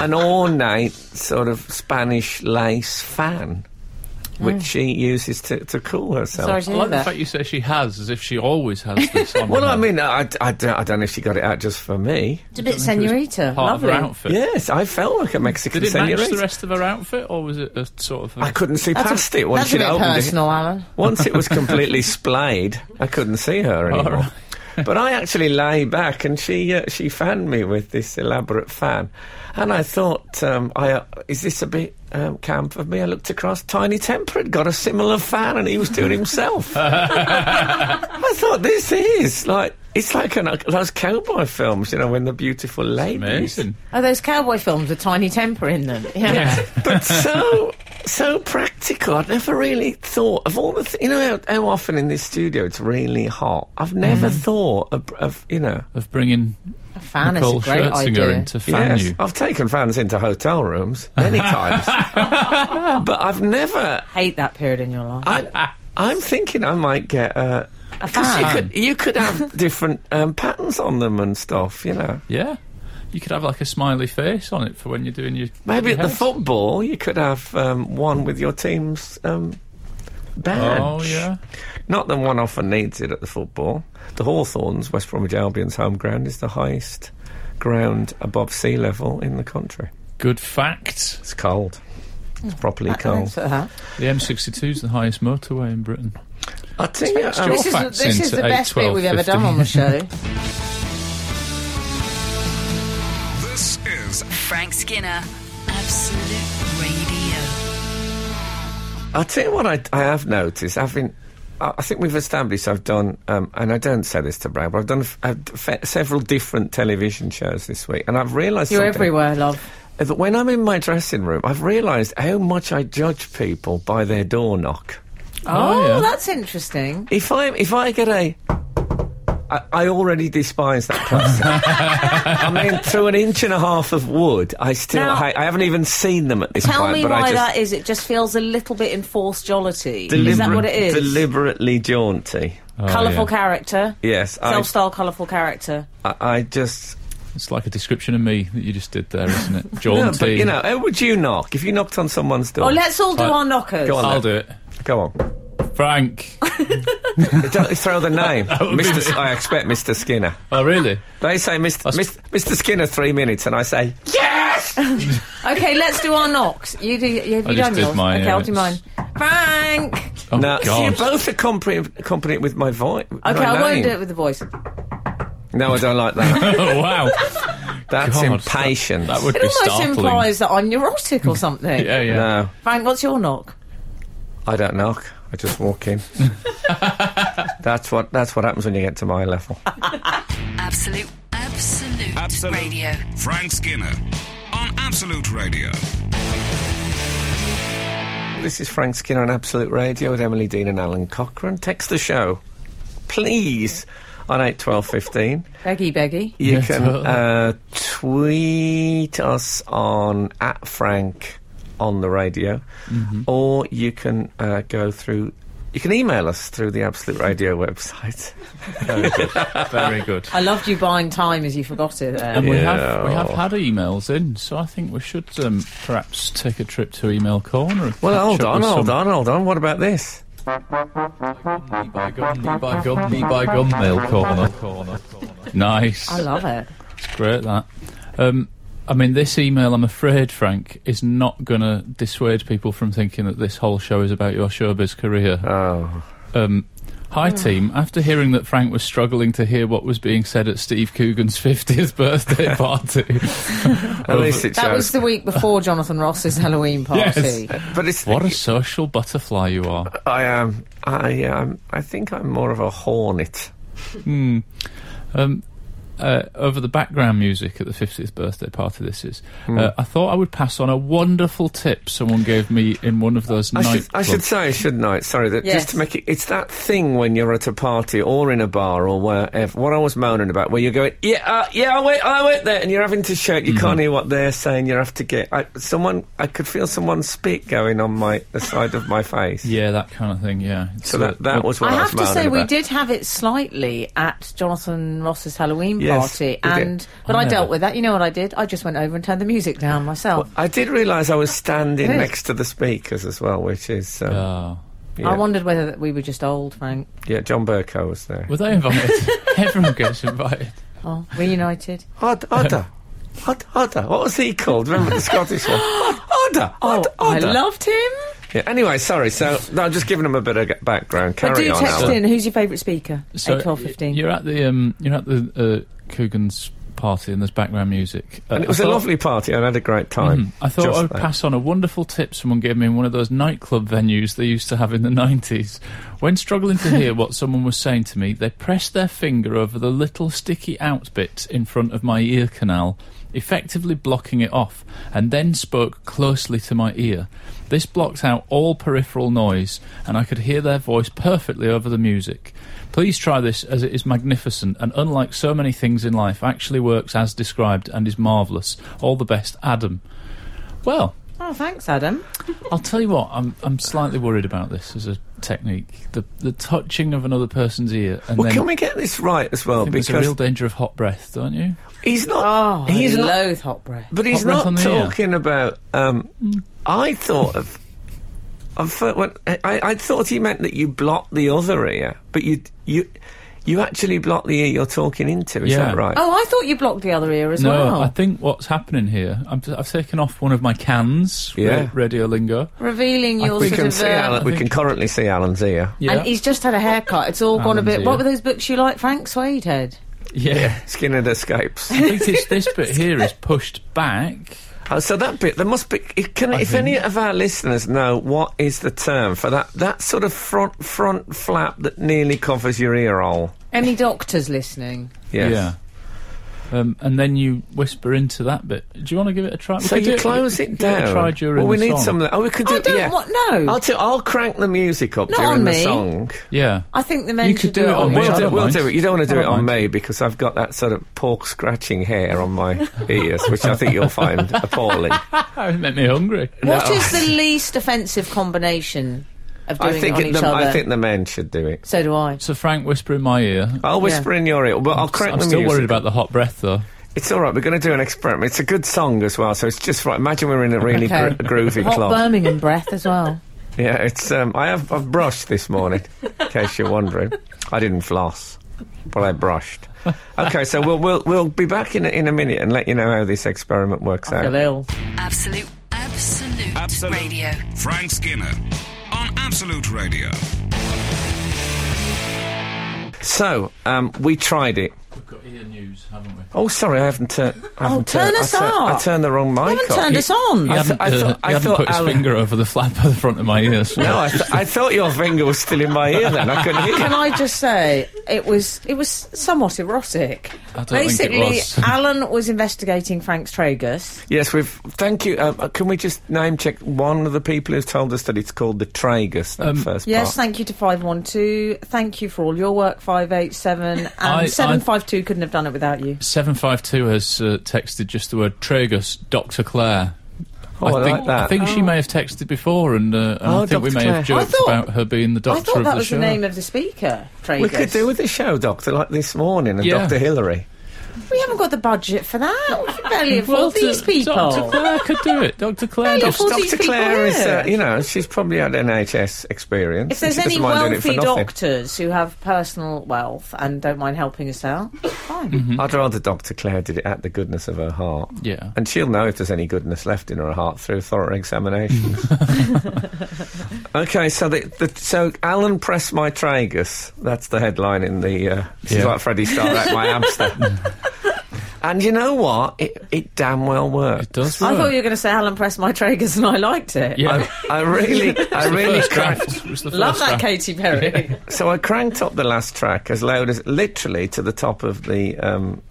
Speaker 3: an ornate sort of Spanish lace fan, which she uses to, to cool herself.
Speaker 4: Mm. Sorry to
Speaker 5: I
Speaker 4: hear
Speaker 5: like the
Speaker 4: that.
Speaker 5: fact you say she has, as if she always has this on.
Speaker 3: Well,
Speaker 5: her.
Speaker 3: I mean, I, I don't, I don't know if she got it out just for me.
Speaker 4: It's a bit
Speaker 5: I think it was
Speaker 4: senorita.
Speaker 5: part
Speaker 4: Lovely.
Speaker 5: of her outfit.
Speaker 3: Yes, I felt like a Mexican
Speaker 5: Did it match the
Speaker 3: senorita.
Speaker 5: rest of her outfit, or was it a sort of? a-
Speaker 3: I couldn't see
Speaker 4: That's a-
Speaker 3: past it once
Speaker 4: that's a
Speaker 3: she'd
Speaker 4: bit
Speaker 3: opened
Speaker 4: personal, Alan.
Speaker 3: it. Once it was completely splayed, I couldn't see her anymore. but I actually lay back, and she uh, she fanned me with this elaborate fan, and I thought, um, I uh, is this a bit um, camp of me? I looked across. Tiny Temper had got a similar fan, and he was doing it himself. I thought this is like it's like an, those cowboy films, you know, when the beautiful ladies.
Speaker 5: Amazing.
Speaker 4: Oh, those cowboy films with tiny temper in them. Yeah.
Speaker 3: but so so practical. I'd never really thought of all the. Th- you know how, how often in this studio it's really hot. I've never
Speaker 4: Mm-hmm.
Speaker 3: thought of, of you know.
Speaker 5: Of bringing
Speaker 4: A fan
Speaker 5: Nicole
Speaker 4: is a great
Speaker 5: Scherzinger
Speaker 4: idea.
Speaker 5: in to fan
Speaker 3: Yes,
Speaker 5: you.
Speaker 3: I've taken fans into hotel rooms many times, but I've never.
Speaker 4: Hate that period in your life.
Speaker 3: I, I'm thinking I might get a.
Speaker 4: a
Speaker 3: Because you
Speaker 4: fan.
Speaker 3: could, you could have different um, patterns on them and stuff, you know.
Speaker 5: Yeah. You could have like a smiley face on it for when you're doing your
Speaker 3: Maybe
Speaker 5: your
Speaker 3: at the
Speaker 5: heads.
Speaker 3: football, you could have um, one with your team's um, badge.
Speaker 5: Oh yeah.
Speaker 3: Not that one often needs it at the football. The Hawthorns, West Bromwich Albion's home ground, is the highest ground above sea level in the country.
Speaker 5: Good fact.
Speaker 3: It's cold. It's properly
Speaker 4: Thanks
Speaker 3: cold.
Speaker 4: for that.
Speaker 5: The M62 is the highest motorway in Britain.
Speaker 3: I tell you, um,
Speaker 4: This
Speaker 5: Your
Speaker 4: is,
Speaker 5: facts
Speaker 4: this is
Speaker 5: into
Speaker 4: the
Speaker 5: eight,
Speaker 4: best bit
Speaker 5: 12,
Speaker 4: we've ever done
Speaker 5: 15.
Speaker 4: on the show.
Speaker 2: This is
Speaker 1: Frank Skinner, Absolute Radio.
Speaker 3: I tell you what I, I have noticed. Having, I I think we've established I've done, um, and I don't say this to brag, but I've done f- I've d- fe- several different television shows this week, and I've realised
Speaker 4: You're
Speaker 3: something.
Speaker 4: everywhere, love.
Speaker 3: Uh, that when I'm in my dressing room, I've realised how much I judge people by their door knock.
Speaker 4: Oh,
Speaker 5: yeah.
Speaker 4: that's interesting.
Speaker 3: If I if I get a, I, I already despise that person. I mean, through an inch and a half of wood, I still
Speaker 4: Now-
Speaker 3: hate. I haven't even seen them at this
Speaker 4: Tell
Speaker 3: point.
Speaker 4: me
Speaker 3: but
Speaker 4: why
Speaker 3: I just
Speaker 4: that is. It just feels a little bit enforced jollity. is that
Speaker 3: deliberate-
Speaker 4: what it is?
Speaker 3: Deliberately jaunty.
Speaker 4: colourful
Speaker 5: Oh, yeah.
Speaker 4: character.
Speaker 3: Yes, I,
Speaker 4: Self-style, colourful character.
Speaker 3: I, I just.
Speaker 5: It's like a description of me that you just did there, isn't it?
Speaker 3: No,
Speaker 5: Jaunty.
Speaker 3: but you know, how would you knock if you knocked on someone's door?
Speaker 4: Oh, let's all do
Speaker 5: Right.
Speaker 4: our knockers.
Speaker 3: Go on.
Speaker 5: I'll do it.
Speaker 3: Come on,
Speaker 5: Frank.
Speaker 3: don't throw the name,
Speaker 5: would be
Speaker 3: Mr. S-
Speaker 5: me.
Speaker 3: I expect Mr. Skinner.
Speaker 5: oh really?
Speaker 3: They say Mr.
Speaker 5: That's-
Speaker 3: Mr. Skinner three minutes, and I say yes.
Speaker 4: Okay, let's do our knocks. You do. you- Have
Speaker 5: I
Speaker 4: you
Speaker 5: just
Speaker 4: done
Speaker 5: did
Speaker 4: yours?
Speaker 5: mine,
Speaker 4: okay,
Speaker 5: yeah,
Speaker 4: I'll do mine.
Speaker 5: it's-
Speaker 4: Frank.
Speaker 5: Oh
Speaker 3: now, you
Speaker 5: god.
Speaker 3: both accompany accompany it with my voice.
Speaker 4: Okay, I won't do it with the voice.
Speaker 3: No, I don't like that.
Speaker 5: oh wow.
Speaker 3: That's
Speaker 5: God,
Speaker 3: impatience.
Speaker 5: That would
Speaker 4: It
Speaker 5: be
Speaker 4: almost
Speaker 5: startling.
Speaker 4: implies that I'm neurotic or something.
Speaker 5: yeah, yeah.
Speaker 3: No,
Speaker 4: Frank, what's your knock?
Speaker 3: I don't knock. I just walk in. that's what that's what happens when you get to my level.
Speaker 1: Absolute, Absolute,
Speaker 2: Absolute.
Speaker 1: Radio.
Speaker 2: Frank Skinner on Absolute Radio.
Speaker 3: This is Frank Skinner on Absolute Radio with Emily Dean and Alan Cochrane. Text the show, please, on eight twelve fifteen.
Speaker 4: Beggy, beggy.
Speaker 3: You
Speaker 5: Yeah,
Speaker 3: can
Speaker 5: totally.
Speaker 3: uh, tweet us on at Frank on the radio,
Speaker 5: Mm-hmm.
Speaker 3: or you can uh, go through. You can email us through the Absolute Radio website.
Speaker 5: Very good. Very good.
Speaker 4: I loved you buying time as you forgot it. there.
Speaker 5: And we
Speaker 3: Yeah.
Speaker 5: have we have had emails in, so I think we should um, perhaps take a trip to email corner. and
Speaker 3: Well,
Speaker 5: catch
Speaker 3: hold
Speaker 5: up
Speaker 3: on,
Speaker 5: with
Speaker 3: hold
Speaker 5: some-
Speaker 3: on, hold on. What about this?
Speaker 5: Knee by gum, knee by gum, knee by gum, mail corner. Nice.
Speaker 4: I love it.
Speaker 5: Great that. Um, I mean, this email, I'm afraid, Frank, is not going to dissuade people from thinking that this whole show is about your showbiz career.
Speaker 3: Oh.
Speaker 5: Um, hi, team. After hearing that Frank was struggling to hear what was being said at Steve Coogan's 50th birthday party,
Speaker 3: At least it
Speaker 4: That was
Speaker 3: shows.
Speaker 4: the week before Jonathan Ross's Halloween party.
Speaker 3: But it's
Speaker 5: what a social butterfly you are.
Speaker 3: I am. I am. I think I'm more of a hornet.
Speaker 5: Um, uh, over the background music at the 50th birthday party, this is.
Speaker 3: Hmm.
Speaker 5: Uh, I thought I would pass on a wonderful tip someone gave me in one of those
Speaker 3: I should,
Speaker 5: night.
Speaker 3: I should say, shouldn't I? Sorry, that
Speaker 4: Yes.
Speaker 3: just to make it, it's that thing when you're at a party or in a bar or wherever. What I was moaning about, where you're going, yeah, uh, yeah, I went, I went there, and you're having to shout. You
Speaker 5: Mm-hmm.
Speaker 3: can't hear what they're saying. You have to get I, someone. I could feel someone spit going on my the side of my face.
Speaker 5: yeah, that kind of thing, yeah.
Speaker 3: So that that was what
Speaker 4: I
Speaker 3: I, was
Speaker 4: have to
Speaker 3: moaning
Speaker 4: say, we
Speaker 3: about.
Speaker 4: did have it slightly at Jonathan Ross's Halloween
Speaker 3: Yes,
Speaker 4: party,
Speaker 3: we did.
Speaker 4: and but
Speaker 5: I
Speaker 4: I, dealt
Speaker 5: never-
Speaker 4: with that. You know what I did? I just went over and turned the music down myself.
Speaker 3: I did realise I was standing
Speaker 4: Good.
Speaker 3: next to the speakers as well, which is um,
Speaker 5: Oh.
Speaker 3: yeah,
Speaker 4: I wondered whether that we were just old, Frank.
Speaker 3: yeah. John Burko was there.
Speaker 5: Were they invited? Everyone gets invited.
Speaker 4: Oh, reunited.
Speaker 3: Odd, odder. Odd, odder. What was he called? Remember the Scottish one? Odd, odder.
Speaker 4: Oh,
Speaker 3: Odd,
Speaker 4: I
Speaker 3: odder.
Speaker 4: loved him.
Speaker 3: Yeah, anyway, sorry. So no, I'm just giving them a bit of g- background. Carry
Speaker 4: but do
Speaker 3: on.
Speaker 4: text
Speaker 3: Alan.
Speaker 4: in. Who's your favourite speaker?
Speaker 5: So
Speaker 4: Eight, twelve,
Speaker 5: y-
Speaker 4: fifteen.
Speaker 5: You're at the um, you're at the uh, Coogan's party and there's background music. Uh,
Speaker 3: And it
Speaker 5: I
Speaker 3: was a
Speaker 5: thought-
Speaker 3: lovely party. I had a great time.
Speaker 5: Mm-hmm. I thought
Speaker 3: Just
Speaker 5: I would
Speaker 3: that.
Speaker 5: pass on a wonderful tip someone gave me in one of those nightclub venues they used to have in the 90s. When struggling to hear what someone was saying to me, they pressed their finger over the little sticky out bits in front of my ear canal, effectively blocking it off, and then spoke closely to my ear. This blocked out all peripheral noise, and I could hear their voice perfectly over the music. Please try this as it is magnificent and unlike so many things in life actually works as described and is marvellous. All the best, Adam. Well,
Speaker 4: Oh, thanks, Adam.
Speaker 5: I'll tell you what, I'm I'm slightly worried about this as a technique. The the touching of another person's ear and
Speaker 3: Well,
Speaker 5: then
Speaker 3: can we get this right as well?
Speaker 5: I think there's a real
Speaker 3: Because
Speaker 5: danger of hot breath, don't you?
Speaker 3: he's
Speaker 4: Oh,
Speaker 3: not. he's
Speaker 4: I
Speaker 3: not.
Speaker 4: loathe hot breath.
Speaker 3: But he's
Speaker 5: Hot breath on
Speaker 3: not
Speaker 5: the ear.
Speaker 3: talking about. Um,
Speaker 5: Mm.
Speaker 3: I thought of. I thought, when, I, I thought he meant that you block the other ear, but you you you actually block the ear you're talking into. Is
Speaker 5: Yeah.
Speaker 3: that right?
Speaker 4: Oh, I thought you blocked the other ear as
Speaker 5: no,
Speaker 4: well.
Speaker 5: I think what's happening here, I'm, I've taken off one of my cans, ra-
Speaker 3: Yeah.
Speaker 5: radio lingo.
Speaker 4: Revealing your
Speaker 3: we
Speaker 4: sort
Speaker 3: can
Speaker 4: of.
Speaker 3: see
Speaker 4: uh,
Speaker 3: Alan, we can currently see Alan's ear.
Speaker 5: Yeah.
Speaker 4: And he's just had a haircut. It's all gone a
Speaker 5: Alan's
Speaker 4: bit.
Speaker 5: ear.
Speaker 4: What were those books you like, Frank Suede Head?
Speaker 5: yeah.
Speaker 3: Skinhead escapes.
Speaker 5: I think it's this bit here is pushed back.
Speaker 3: Oh, so that bit, there must be. If, can,
Speaker 5: I
Speaker 3: if any
Speaker 5: think-
Speaker 3: of our listeners know what is the term for that, that sort of front front flap that nearly covers your ear hole?
Speaker 4: Any doctors listening?
Speaker 3: Yes.
Speaker 5: Yeah. Um, and then you whisper into that bit. Do you want to give it a try? We
Speaker 3: So
Speaker 5: could do
Speaker 3: you
Speaker 5: we
Speaker 3: close
Speaker 5: could
Speaker 3: it
Speaker 5: give a
Speaker 3: down.
Speaker 5: try during
Speaker 3: well, we
Speaker 5: the
Speaker 3: need
Speaker 5: song.
Speaker 3: some. Oh, we could do.
Speaker 4: I don't
Speaker 3: yeah.
Speaker 4: want- no.
Speaker 3: I'll, do, I'll crank the music up
Speaker 4: Not
Speaker 3: during
Speaker 4: on
Speaker 3: the
Speaker 4: me.
Speaker 3: song.
Speaker 5: Yeah.
Speaker 4: I think the men
Speaker 5: You could
Speaker 4: should
Speaker 5: do it on
Speaker 4: on
Speaker 5: me.
Speaker 4: me.
Speaker 5: I
Speaker 3: We'll do,
Speaker 5: don't
Speaker 3: we'll
Speaker 5: mind.
Speaker 3: do it. You don't want to do
Speaker 5: I
Speaker 3: it
Speaker 5: don't
Speaker 3: on
Speaker 5: mind.
Speaker 3: me because I've got that sort of pork scratching hair on my ears, which I think you'll find appalling.
Speaker 5: it made me hungry.
Speaker 4: What
Speaker 3: No.
Speaker 4: is the least offensive combination of doing
Speaker 3: I think
Speaker 4: it on
Speaker 3: it-
Speaker 4: each
Speaker 3: the,
Speaker 4: other?
Speaker 3: I think the men should do it.
Speaker 4: so do I.
Speaker 5: So Frank whisper in my ear.
Speaker 3: I'll whisper in your ear, but I'll crank
Speaker 5: I'm
Speaker 3: the
Speaker 5: still
Speaker 3: music.
Speaker 5: worried about the hot breath though.
Speaker 3: It's all right. We're going to do an experiment. It's a good song as well, so it's just right. Imagine we're in a really
Speaker 4: Okay.
Speaker 3: gro- groovy
Speaker 4: Hot
Speaker 3: club.
Speaker 4: Birmingham breath as well.
Speaker 3: Yeah, it's. Um, I have. I've brushed this morning, in case you're wondering. I didn't floss, but I brushed. Okay, so we'll we'll we'll be back in a, in a minute and let you know how this experiment works out.
Speaker 4: Feel ill.
Speaker 1: Absolute, absolute,
Speaker 2: Absolute.
Speaker 1: radio.
Speaker 2: Frank Skinner on Absolute Radio.
Speaker 3: So um, we tried it.
Speaker 5: We've got ear news, haven't we?
Speaker 3: Oh, sorry, I haven't turned. Oh,
Speaker 4: turn us
Speaker 3: I tur-
Speaker 4: up.
Speaker 3: I turned the wrong mic.
Speaker 4: haven't
Speaker 3: off.
Speaker 4: turned us on.
Speaker 5: He
Speaker 4: I
Speaker 5: hadn't,
Speaker 3: th- I
Speaker 5: uh,
Speaker 3: thought-
Speaker 5: he
Speaker 3: I
Speaker 5: hadn't
Speaker 3: thought
Speaker 5: put his
Speaker 3: Alan-
Speaker 5: finger over the flap of the front of my ear. so-
Speaker 3: No, I, th- I thought your finger was still in my ear. Then I couldn't hear.
Speaker 4: Can I just say it was it was somewhat erotic.
Speaker 5: I don't think it
Speaker 4: Basically,
Speaker 5: was.
Speaker 4: Alan was investigating Frank's tragus.
Speaker 3: Yes, we've. Thank you. Um, uh, can we just name check one of the people who's told us that it's called the tragus? That first
Speaker 4: Yes,
Speaker 3: part.
Speaker 4: thank you to five one two. Thank you for all your work. Five eight seven
Speaker 5: I- I-
Speaker 4: and seven five two couldn't have done it without you.
Speaker 5: 752 has uh, texted just the word Tragus, Dr. Claire.
Speaker 3: Oh, I
Speaker 5: think,
Speaker 3: like that.
Speaker 5: I think she may have texted before, and, uh, and I
Speaker 3: Oh,
Speaker 5: think we
Speaker 3: Dr.
Speaker 5: may have
Speaker 3: Claire.
Speaker 5: joked
Speaker 4: I thought-
Speaker 5: about her being the
Speaker 4: I
Speaker 5: doctor
Speaker 4: thought
Speaker 5: of
Speaker 4: that
Speaker 5: the
Speaker 4: was
Speaker 5: show.
Speaker 4: the name of the speaker. Tragus.
Speaker 3: we could do with a show, Doctor, like this morning and
Speaker 5: Yeah.
Speaker 3: Doctor Hillary.
Speaker 4: We haven't got the budget for that. We can barely afford
Speaker 5: Well,
Speaker 4: these
Speaker 5: Dr-
Speaker 4: people.
Speaker 5: Dr. Claire could do it. Dr. Claire
Speaker 4: Hey,
Speaker 5: does
Speaker 4: of course
Speaker 3: Dr.
Speaker 4: these people
Speaker 3: Claire is, uh,
Speaker 4: there.
Speaker 3: you know, she's probably had NHS experience.
Speaker 4: If there's
Speaker 3: and she doesn't
Speaker 4: any
Speaker 3: mind doing
Speaker 4: wealthy
Speaker 3: it for nothing.
Speaker 4: doctors who have personal wealth and don't mind helping us out, fine.
Speaker 3: I'd rather Dr. Claire did it at the goodness of her heart.
Speaker 5: Yeah.
Speaker 3: And she'll know if there's any goodness left in her heart through thorough examinations. okay, so the, the so Alan pressed my tragus. That's the headline in the. Uh, this is
Speaker 5: Yeah.
Speaker 3: like Freddie Starr at my hamster. and you know what? It, it damn well worked.
Speaker 5: It does
Speaker 4: I
Speaker 5: work.
Speaker 4: thought you were going to say Alan pressed my Traegers and I liked it.
Speaker 5: yeah.
Speaker 3: I, I really, I really
Speaker 5: First
Speaker 3: cracked.
Speaker 5: draft was the
Speaker 4: Love
Speaker 5: first
Speaker 4: that,
Speaker 5: draft.
Speaker 4: Katy Perry.
Speaker 3: So I cranked up the last track as loud as literally to the top of the. Um,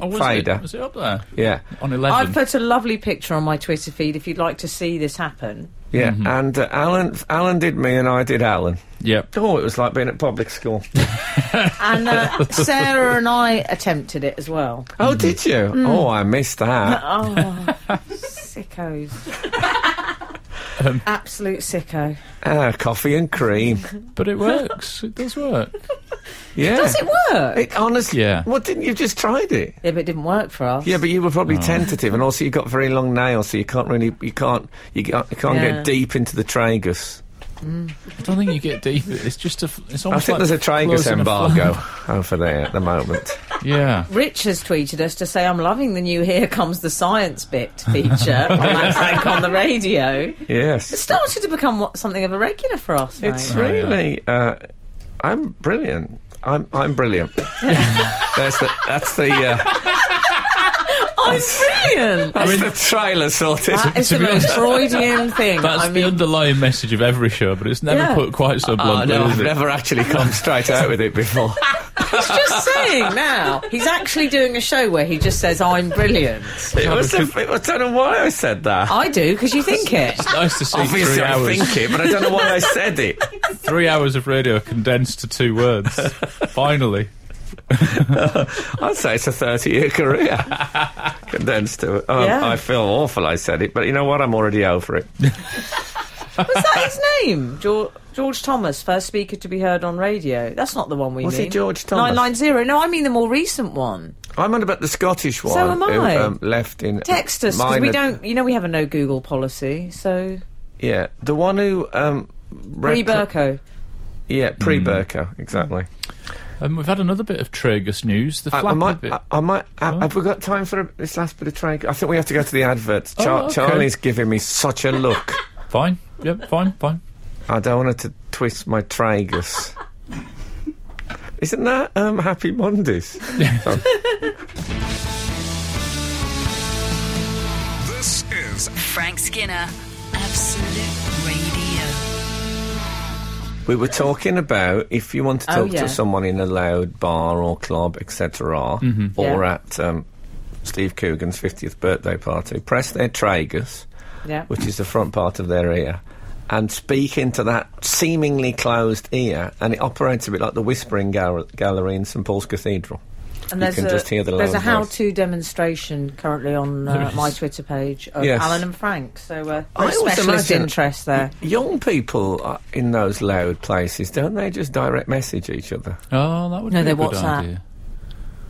Speaker 5: Oh, was
Speaker 3: Fader.
Speaker 5: It, was it up there?
Speaker 3: yeah.
Speaker 5: On
Speaker 4: I've
Speaker 5: 11.
Speaker 4: put a lovely picture on my Twitter feed if you'd like to see this happen.
Speaker 3: Yeah,
Speaker 5: Mm-hmm.
Speaker 3: and uh, Alan, Alan did me, and I did Alan.
Speaker 5: yep.
Speaker 3: Oh, it was like being at public school.
Speaker 4: And uh, Sarah and I attempted it as well.
Speaker 3: oh, did you? Oh, I missed that.
Speaker 4: Oh, sickos.
Speaker 5: Um,
Speaker 4: Absolute sicko.
Speaker 3: Ah, coffee and cream.
Speaker 5: But it works. it does work.
Speaker 3: Yeah.
Speaker 4: Does it work?
Speaker 3: It- honestly,
Speaker 5: Yeah.
Speaker 3: What didn't you just tried it?
Speaker 4: Yeah, but it didn't work for us.
Speaker 3: Yeah, but you were probably
Speaker 5: Oh.
Speaker 3: tentative, and also you got very long nails, so you can't really, you can't, you can't, you can't
Speaker 4: Yeah.
Speaker 3: get deep into the tragus.
Speaker 5: I don't think you get deep. It's just a. f- It's
Speaker 3: I
Speaker 5: almost
Speaker 3: think
Speaker 5: like
Speaker 3: there's a tragus
Speaker 5: closing a
Speaker 3: embargo over there at the moment.
Speaker 5: fl- Yeah.
Speaker 4: Rich has tweeted us to say, I'm loving the new Here Comes the Science Bit feature on that prank on the radio.
Speaker 3: yes,
Speaker 4: It's started to become what, something of a regular for us, mate.
Speaker 3: It's
Speaker 5: Oh, yeah.
Speaker 3: really. Uh, I'm brilliant. I'm I'm brilliant. that's the that's the uh,
Speaker 4: I'm brilliant!
Speaker 3: that's the trailer sorted.
Speaker 4: That is
Speaker 5: to
Speaker 4: the
Speaker 5: be
Speaker 4: most
Speaker 5: honest-
Speaker 4: Freudian thing.
Speaker 5: That's
Speaker 4: I
Speaker 5: the
Speaker 4: mean,
Speaker 5: underlying message of every show, but it's never
Speaker 4: Yeah.
Speaker 5: put quite so
Speaker 3: Oh,
Speaker 5: bluntly.
Speaker 3: no,
Speaker 5: is
Speaker 3: I've
Speaker 5: it?
Speaker 3: never actually come straight out with it before.
Speaker 4: he's just saying now. He's actually doing a show where he just says, I'm brilliant.
Speaker 3: It was, a, it was- I don't know why I said that.
Speaker 4: I do, because you think it.
Speaker 5: It's nice to see
Speaker 3: Obviously,
Speaker 5: three
Speaker 3: I
Speaker 5: hours,
Speaker 3: think it, but I don't know why I said it.
Speaker 5: three hours of radio condensed to two words. Finally,
Speaker 3: I'd say it's a 30 year career. Condensed to it. Oh,
Speaker 4: Yeah.
Speaker 3: I feel awful I said it, but you know what? I'm already over it.
Speaker 4: Was that his name? George, George Thomas, first speaker to be heard on radio. That's not the one we
Speaker 3: Was he
Speaker 4: mean.
Speaker 3: George Thomas?
Speaker 4: 990. No, I mean the more recent one.
Speaker 3: I'm on about the Scottish one.
Speaker 4: am I.
Speaker 3: Who, um, left in.
Speaker 4: Text us, because
Speaker 3: minor-
Speaker 4: we don't, you know, we have a no Google policy, so.
Speaker 3: Yeah, the one who. Um,
Speaker 4: Bree
Speaker 3: read-
Speaker 4: Burko.
Speaker 3: Yeah,
Speaker 5: Mm.
Speaker 3: pre Burko, exactly.
Speaker 5: um, we've had another bit of Tragus news. The
Speaker 3: I, I
Speaker 5: flap
Speaker 3: might.
Speaker 5: bit.
Speaker 3: I, I might. I, Have we got time for a, this last bit of train? I think we have to go to the adverts. Char-
Speaker 5: Oh, okay.
Speaker 3: Charlie's giving me such a look.
Speaker 5: Fine. Yep. Fine. Fine.
Speaker 3: I don't want her to twist my tragus. Isn't that um, Happy Mondays?
Speaker 2: This is
Speaker 1: Frank Skinner, Absolute Radio.
Speaker 3: we were talking about if you want to
Speaker 4: Oh,
Speaker 3: talk
Speaker 4: yeah.
Speaker 3: to someone in a loud bar or club, etc., or
Speaker 4: Mm-hmm. Yeah.
Speaker 3: at um, Steve Coogan's 50th birthday party, press their tragus,
Speaker 4: Yeah.
Speaker 3: which is the front part of their ear, and speak into that seemingly closed ear, and it operates a bit like the Whispering gal- Gallery in St Paul's Cathedral.
Speaker 4: And
Speaker 3: You
Speaker 4: there's
Speaker 3: can
Speaker 4: a,
Speaker 3: just hear the
Speaker 4: there's a
Speaker 3: loud voice.
Speaker 4: how-to demonstration currently on
Speaker 5: There
Speaker 4: uh,
Speaker 5: is.
Speaker 4: my Twitter page of
Speaker 3: Yes.
Speaker 4: Alan and Frank. So uh,
Speaker 3: I
Speaker 4: there's
Speaker 3: always
Speaker 4: specialist
Speaker 3: imagine-
Speaker 4: interest there.
Speaker 3: Young people are in those loud places, don't they just direct message each other?
Speaker 5: Oh, that would
Speaker 4: No,
Speaker 5: be
Speaker 4: they
Speaker 5: a good
Speaker 4: WhatsApp.
Speaker 5: idea.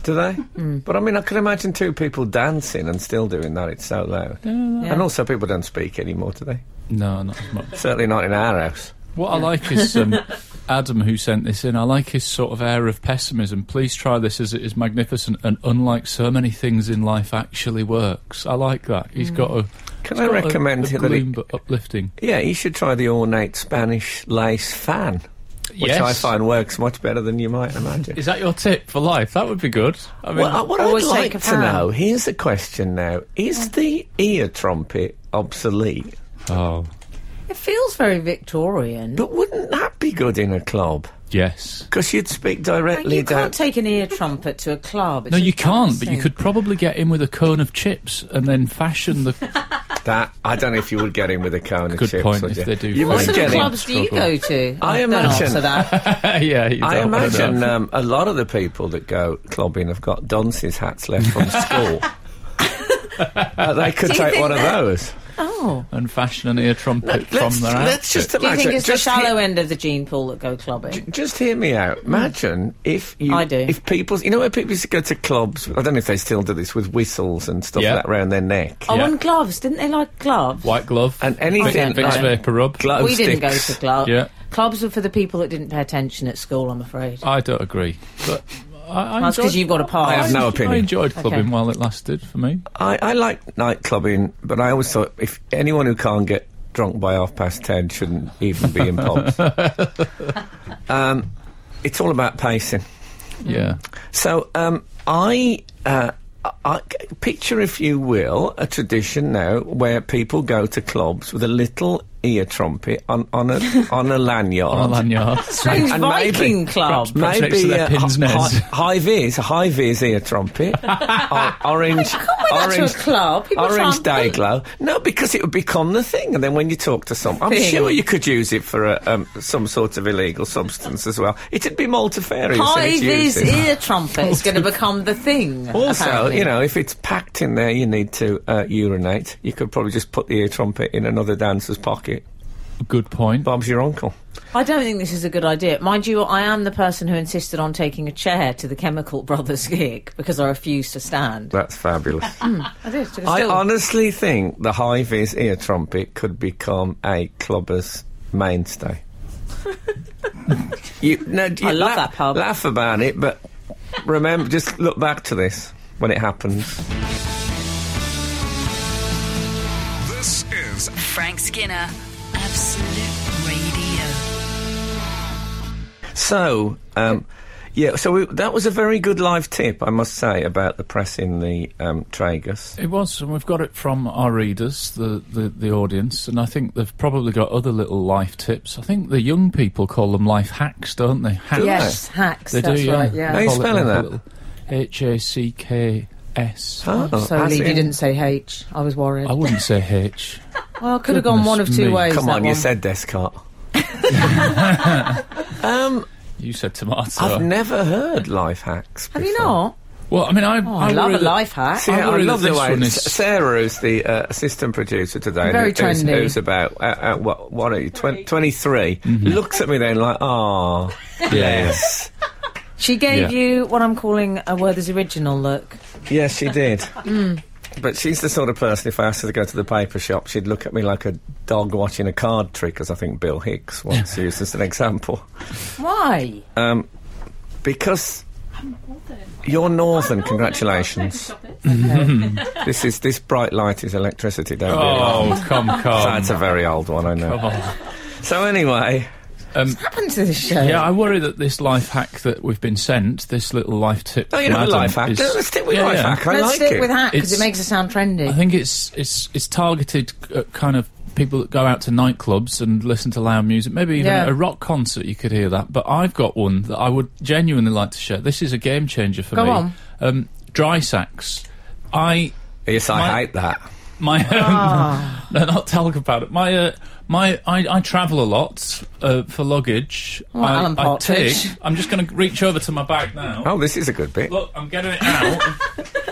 Speaker 3: Do they?
Speaker 4: Hmm.
Speaker 3: But I mean, I can imagine two people dancing and still doing that. It's so loud.
Speaker 4: Yeah.
Speaker 3: And also, people don't speak anymore, do they?
Speaker 5: No, not as much.
Speaker 3: Certainly not in our house.
Speaker 5: What I like is um, Adam, who sent this in. I like his sort of air of pessimism. Please try this, as it is magnificent and unlike so many things in life, actually works. I like that. He's got a.
Speaker 3: Hmm. Can
Speaker 5: he's
Speaker 3: I
Speaker 5: got a-
Speaker 3: recommend
Speaker 5: a,
Speaker 3: that he-
Speaker 5: gloom but uplifting?
Speaker 3: Yeah, you should try the ornate Spanish lace fan, which
Speaker 5: yes.
Speaker 3: I find works much better than you might imagine.
Speaker 5: Is that your tip for life? That would be good. I mean,
Speaker 3: Well, I- what I'd
Speaker 4: Always take
Speaker 3: like
Speaker 4: a
Speaker 3: to
Speaker 4: fan.
Speaker 3: know here's a question now: Is the ear trumpet obsolete?
Speaker 5: oh
Speaker 4: It feels very Victorian.
Speaker 3: But wouldn't that be good in a club?
Speaker 5: yes.
Speaker 3: Because you'd speak
Speaker 4: And
Speaker 3: directly
Speaker 4: you
Speaker 3: down.
Speaker 4: can't take an ear trumpet to a club. It's
Speaker 5: No, you can't. But you
Speaker 4: embarrassing.
Speaker 5: could probably get in with a cone of chips and then fashion the.
Speaker 3: that I don't know if you would get in with a cone of
Speaker 5: Good
Speaker 3: chips.
Speaker 5: point,
Speaker 3: would
Speaker 5: if
Speaker 3: you?
Speaker 5: they do
Speaker 3: You
Speaker 5: fall.
Speaker 3: might
Speaker 4: What sort
Speaker 5: Right,
Speaker 3: get
Speaker 4: of
Speaker 3: in.
Speaker 4: clubs do you go to?
Speaker 3: I
Speaker 4: Don't
Speaker 3: imagine-
Speaker 4: answer that.
Speaker 5: yeah, you
Speaker 3: I
Speaker 5: don't wanna know.
Speaker 3: imagine um, a lot of the people that go clubbing have got dunces hats left from school. Uh, they could
Speaker 4: Do you
Speaker 3: take
Speaker 4: think
Speaker 3: one of
Speaker 4: that-
Speaker 3: those.
Speaker 4: Oh.
Speaker 5: and fashion an ear
Speaker 3: let's,
Speaker 5: trumpet from their outfit.
Speaker 3: let's just
Speaker 4: Do you
Speaker 3: imagine.
Speaker 4: think it's the
Speaker 3: just hear-
Speaker 4: shallow end of the gene pool that go clubbing?
Speaker 3: J- Just hear me out. Imagine if you,
Speaker 4: I do.
Speaker 3: if people, you know, where people used to go to clubs. I don't know if they still do this with whistles and stuff
Speaker 5: Yeah.
Speaker 3: like that around their neck.
Speaker 4: Oh,
Speaker 5: Yeah.
Speaker 4: and gloves. Didn't they like gloves?
Speaker 5: White glove
Speaker 3: And anything
Speaker 5: Vic- Vicks
Speaker 3: like-
Speaker 5: vapor rub.
Speaker 3: Glow
Speaker 4: we didn't go to
Speaker 3: sticks.
Speaker 4: clubs.
Speaker 5: Yeah. Oh,
Speaker 4: Clubs were for the people that didn't pay attention at school, I'm afraid.
Speaker 5: I don't agree, but I, I
Speaker 4: That's because
Speaker 5: enjoyed-
Speaker 4: you've got a pass.
Speaker 3: I have no opinion.
Speaker 5: I enjoyed clubbing
Speaker 4: Okay.
Speaker 5: while it lasted for me.
Speaker 3: I, I like night clubbing, but I always thought if anyone who can't get drunk by half past ten shouldn't even be in pubs. um, it's all about pacing.
Speaker 5: Yeah,
Speaker 3: So um, I, uh, I- I- picture, if you will, a tradition now where people go to clubs with a little ear trumpet on, on a on a lanyard.
Speaker 5: on a lanyard.
Speaker 4: Strange
Speaker 3: and maybe-
Speaker 4: Viking club.
Speaker 5: Perhaps next to
Speaker 3: Maybe
Speaker 5: their pin's
Speaker 3: hi-
Speaker 5: nose.
Speaker 3: hi- high vis, high vis ear trumpet, O- orange,
Speaker 4: That's
Speaker 3: orange
Speaker 4: a club. People
Speaker 3: Orange
Speaker 4: can't
Speaker 3: day
Speaker 4: think.
Speaker 3: glow. No, because it would become the thing, and then when you talk to someone, I'm
Speaker 4: Thing.
Speaker 3: sure you could use it for a, um, some sort of illegal substance as well. It'd be multifarious. in
Speaker 4: High
Speaker 3: its
Speaker 4: vis
Speaker 3: uses.
Speaker 4: ear trumpet is going to become the thing.
Speaker 3: Also,
Speaker 4: apparently.
Speaker 3: you know, if it's packed in there, you need to uh, urinate. You could probably just put the ear trumpet in another dancer's pocket.
Speaker 5: Good point.
Speaker 3: Bob's your uncle.
Speaker 4: I don't think this is a good idea. Mind you, I am the person who insisted on taking a chair to the Chemical Brothers gig because I refused to stand.
Speaker 3: That's fabulous.
Speaker 4: I did. Took a
Speaker 3: I
Speaker 4: stool.
Speaker 3: honestly think the high vis ear trumpet could become a clubber's mainstay. you, no, you
Speaker 4: I love
Speaker 3: laugh,
Speaker 4: that pub.
Speaker 3: Laugh about it, but remember, just look back to this when it happens.
Speaker 2: This is
Speaker 1: Frank Skinner, Absolute Radio.
Speaker 3: So, um, yeah, so we, that was a very good live tip, I must say, about the press in the um, tragus.
Speaker 5: It was, and we've got it from our readers, the, the, the audience, and I think they've probably got other little life tips. I think the young people call them life hacks, don't they? Hacks.
Speaker 4: Yes, hacks.
Speaker 5: They
Speaker 4: that's
Speaker 5: do, yeah.
Speaker 4: right. Yeah.
Speaker 3: How you spelling that?
Speaker 5: H A C K S.
Speaker 3: Oh,
Speaker 4: So
Speaker 3: as
Speaker 4: Lee
Speaker 3: in-
Speaker 4: didn't say H. I was worried.
Speaker 5: I wouldn't say H.
Speaker 4: well, could have gone one of
Speaker 5: Oh, Goodness
Speaker 4: two
Speaker 5: me.
Speaker 4: ways.
Speaker 3: Come
Speaker 4: that
Speaker 3: on, you
Speaker 4: one.
Speaker 3: said Descartes. Um,
Speaker 5: You said tomato.
Speaker 3: I've never heard life hacks.
Speaker 4: Have you
Speaker 3: before.
Speaker 4: not?
Speaker 5: well, I mean, I,
Speaker 4: Oh, I, love a
Speaker 5: worry that-
Speaker 4: life hack.
Speaker 3: See,
Speaker 5: I
Speaker 3: I
Speaker 5: worry
Speaker 3: love
Speaker 5: that
Speaker 3: the
Speaker 5: this
Speaker 3: way
Speaker 5: one is-
Speaker 3: Sarah, who's the uh, assistant producer today,
Speaker 4: Very
Speaker 3: who- who's,
Speaker 4: trendy.
Speaker 3: who's about uh, uh, what, what are you, twen- 23,
Speaker 5: Mm-hmm.
Speaker 3: looks at me then like, ah, yes.
Speaker 4: She gave
Speaker 5: Yeah.
Speaker 4: you what I'm calling a Werther's original look.
Speaker 3: yes, she did.
Speaker 5: Mm.
Speaker 3: But she's the sort of person, if I asked her to go to the paper shop, she'd look at me like a dog watching a card trick, as I think Bill Hicks once used as an example. Um,
Speaker 4: Why?
Speaker 3: Because you're northern, congratulations. this is this bright light is electricity, don't realise.
Speaker 5: Mm-hmm. Oh, come, come.
Speaker 3: That's a very old one, I know.
Speaker 5: Come on.
Speaker 3: So anyway,
Speaker 4: happened to this show?
Speaker 5: Yeah, I worry that this life hack that we've been sent, this little life tip.
Speaker 3: oh, you
Speaker 5: from
Speaker 3: know,
Speaker 5: Adam
Speaker 3: life hack.
Speaker 5: is-
Speaker 3: Let's stick with
Speaker 5: Yeah,
Speaker 3: life
Speaker 5: yeah.
Speaker 3: hack. I
Speaker 4: Let's
Speaker 3: like
Speaker 4: stick
Speaker 3: it.
Speaker 4: with hack because it
Speaker 5: It's-
Speaker 4: makes it sound trendy.
Speaker 5: I think it's it's it's targeted at kind of people that go out to nightclubs and listen to loud music. Maybe even
Speaker 4: Yeah.
Speaker 5: at a rock concert, you could hear that. But I've got one that I would genuinely like to share. This is a game changer for
Speaker 4: Go
Speaker 5: me.
Speaker 4: on.
Speaker 5: Um, dry sacks. I
Speaker 3: Yes, I
Speaker 5: My-
Speaker 3: hate that.
Speaker 5: my
Speaker 3: Ah.
Speaker 5: no, not talk about it. My uh, my I, I travel a lot uh, for luggage.
Speaker 3: Oh,
Speaker 4: Well,
Speaker 5: I,
Speaker 4: Alan
Speaker 5: I take.
Speaker 4: Partridge.
Speaker 5: I'm just going to reach over to my bag now.
Speaker 3: Oh, this is a good bit.
Speaker 5: Look, I'm getting it out.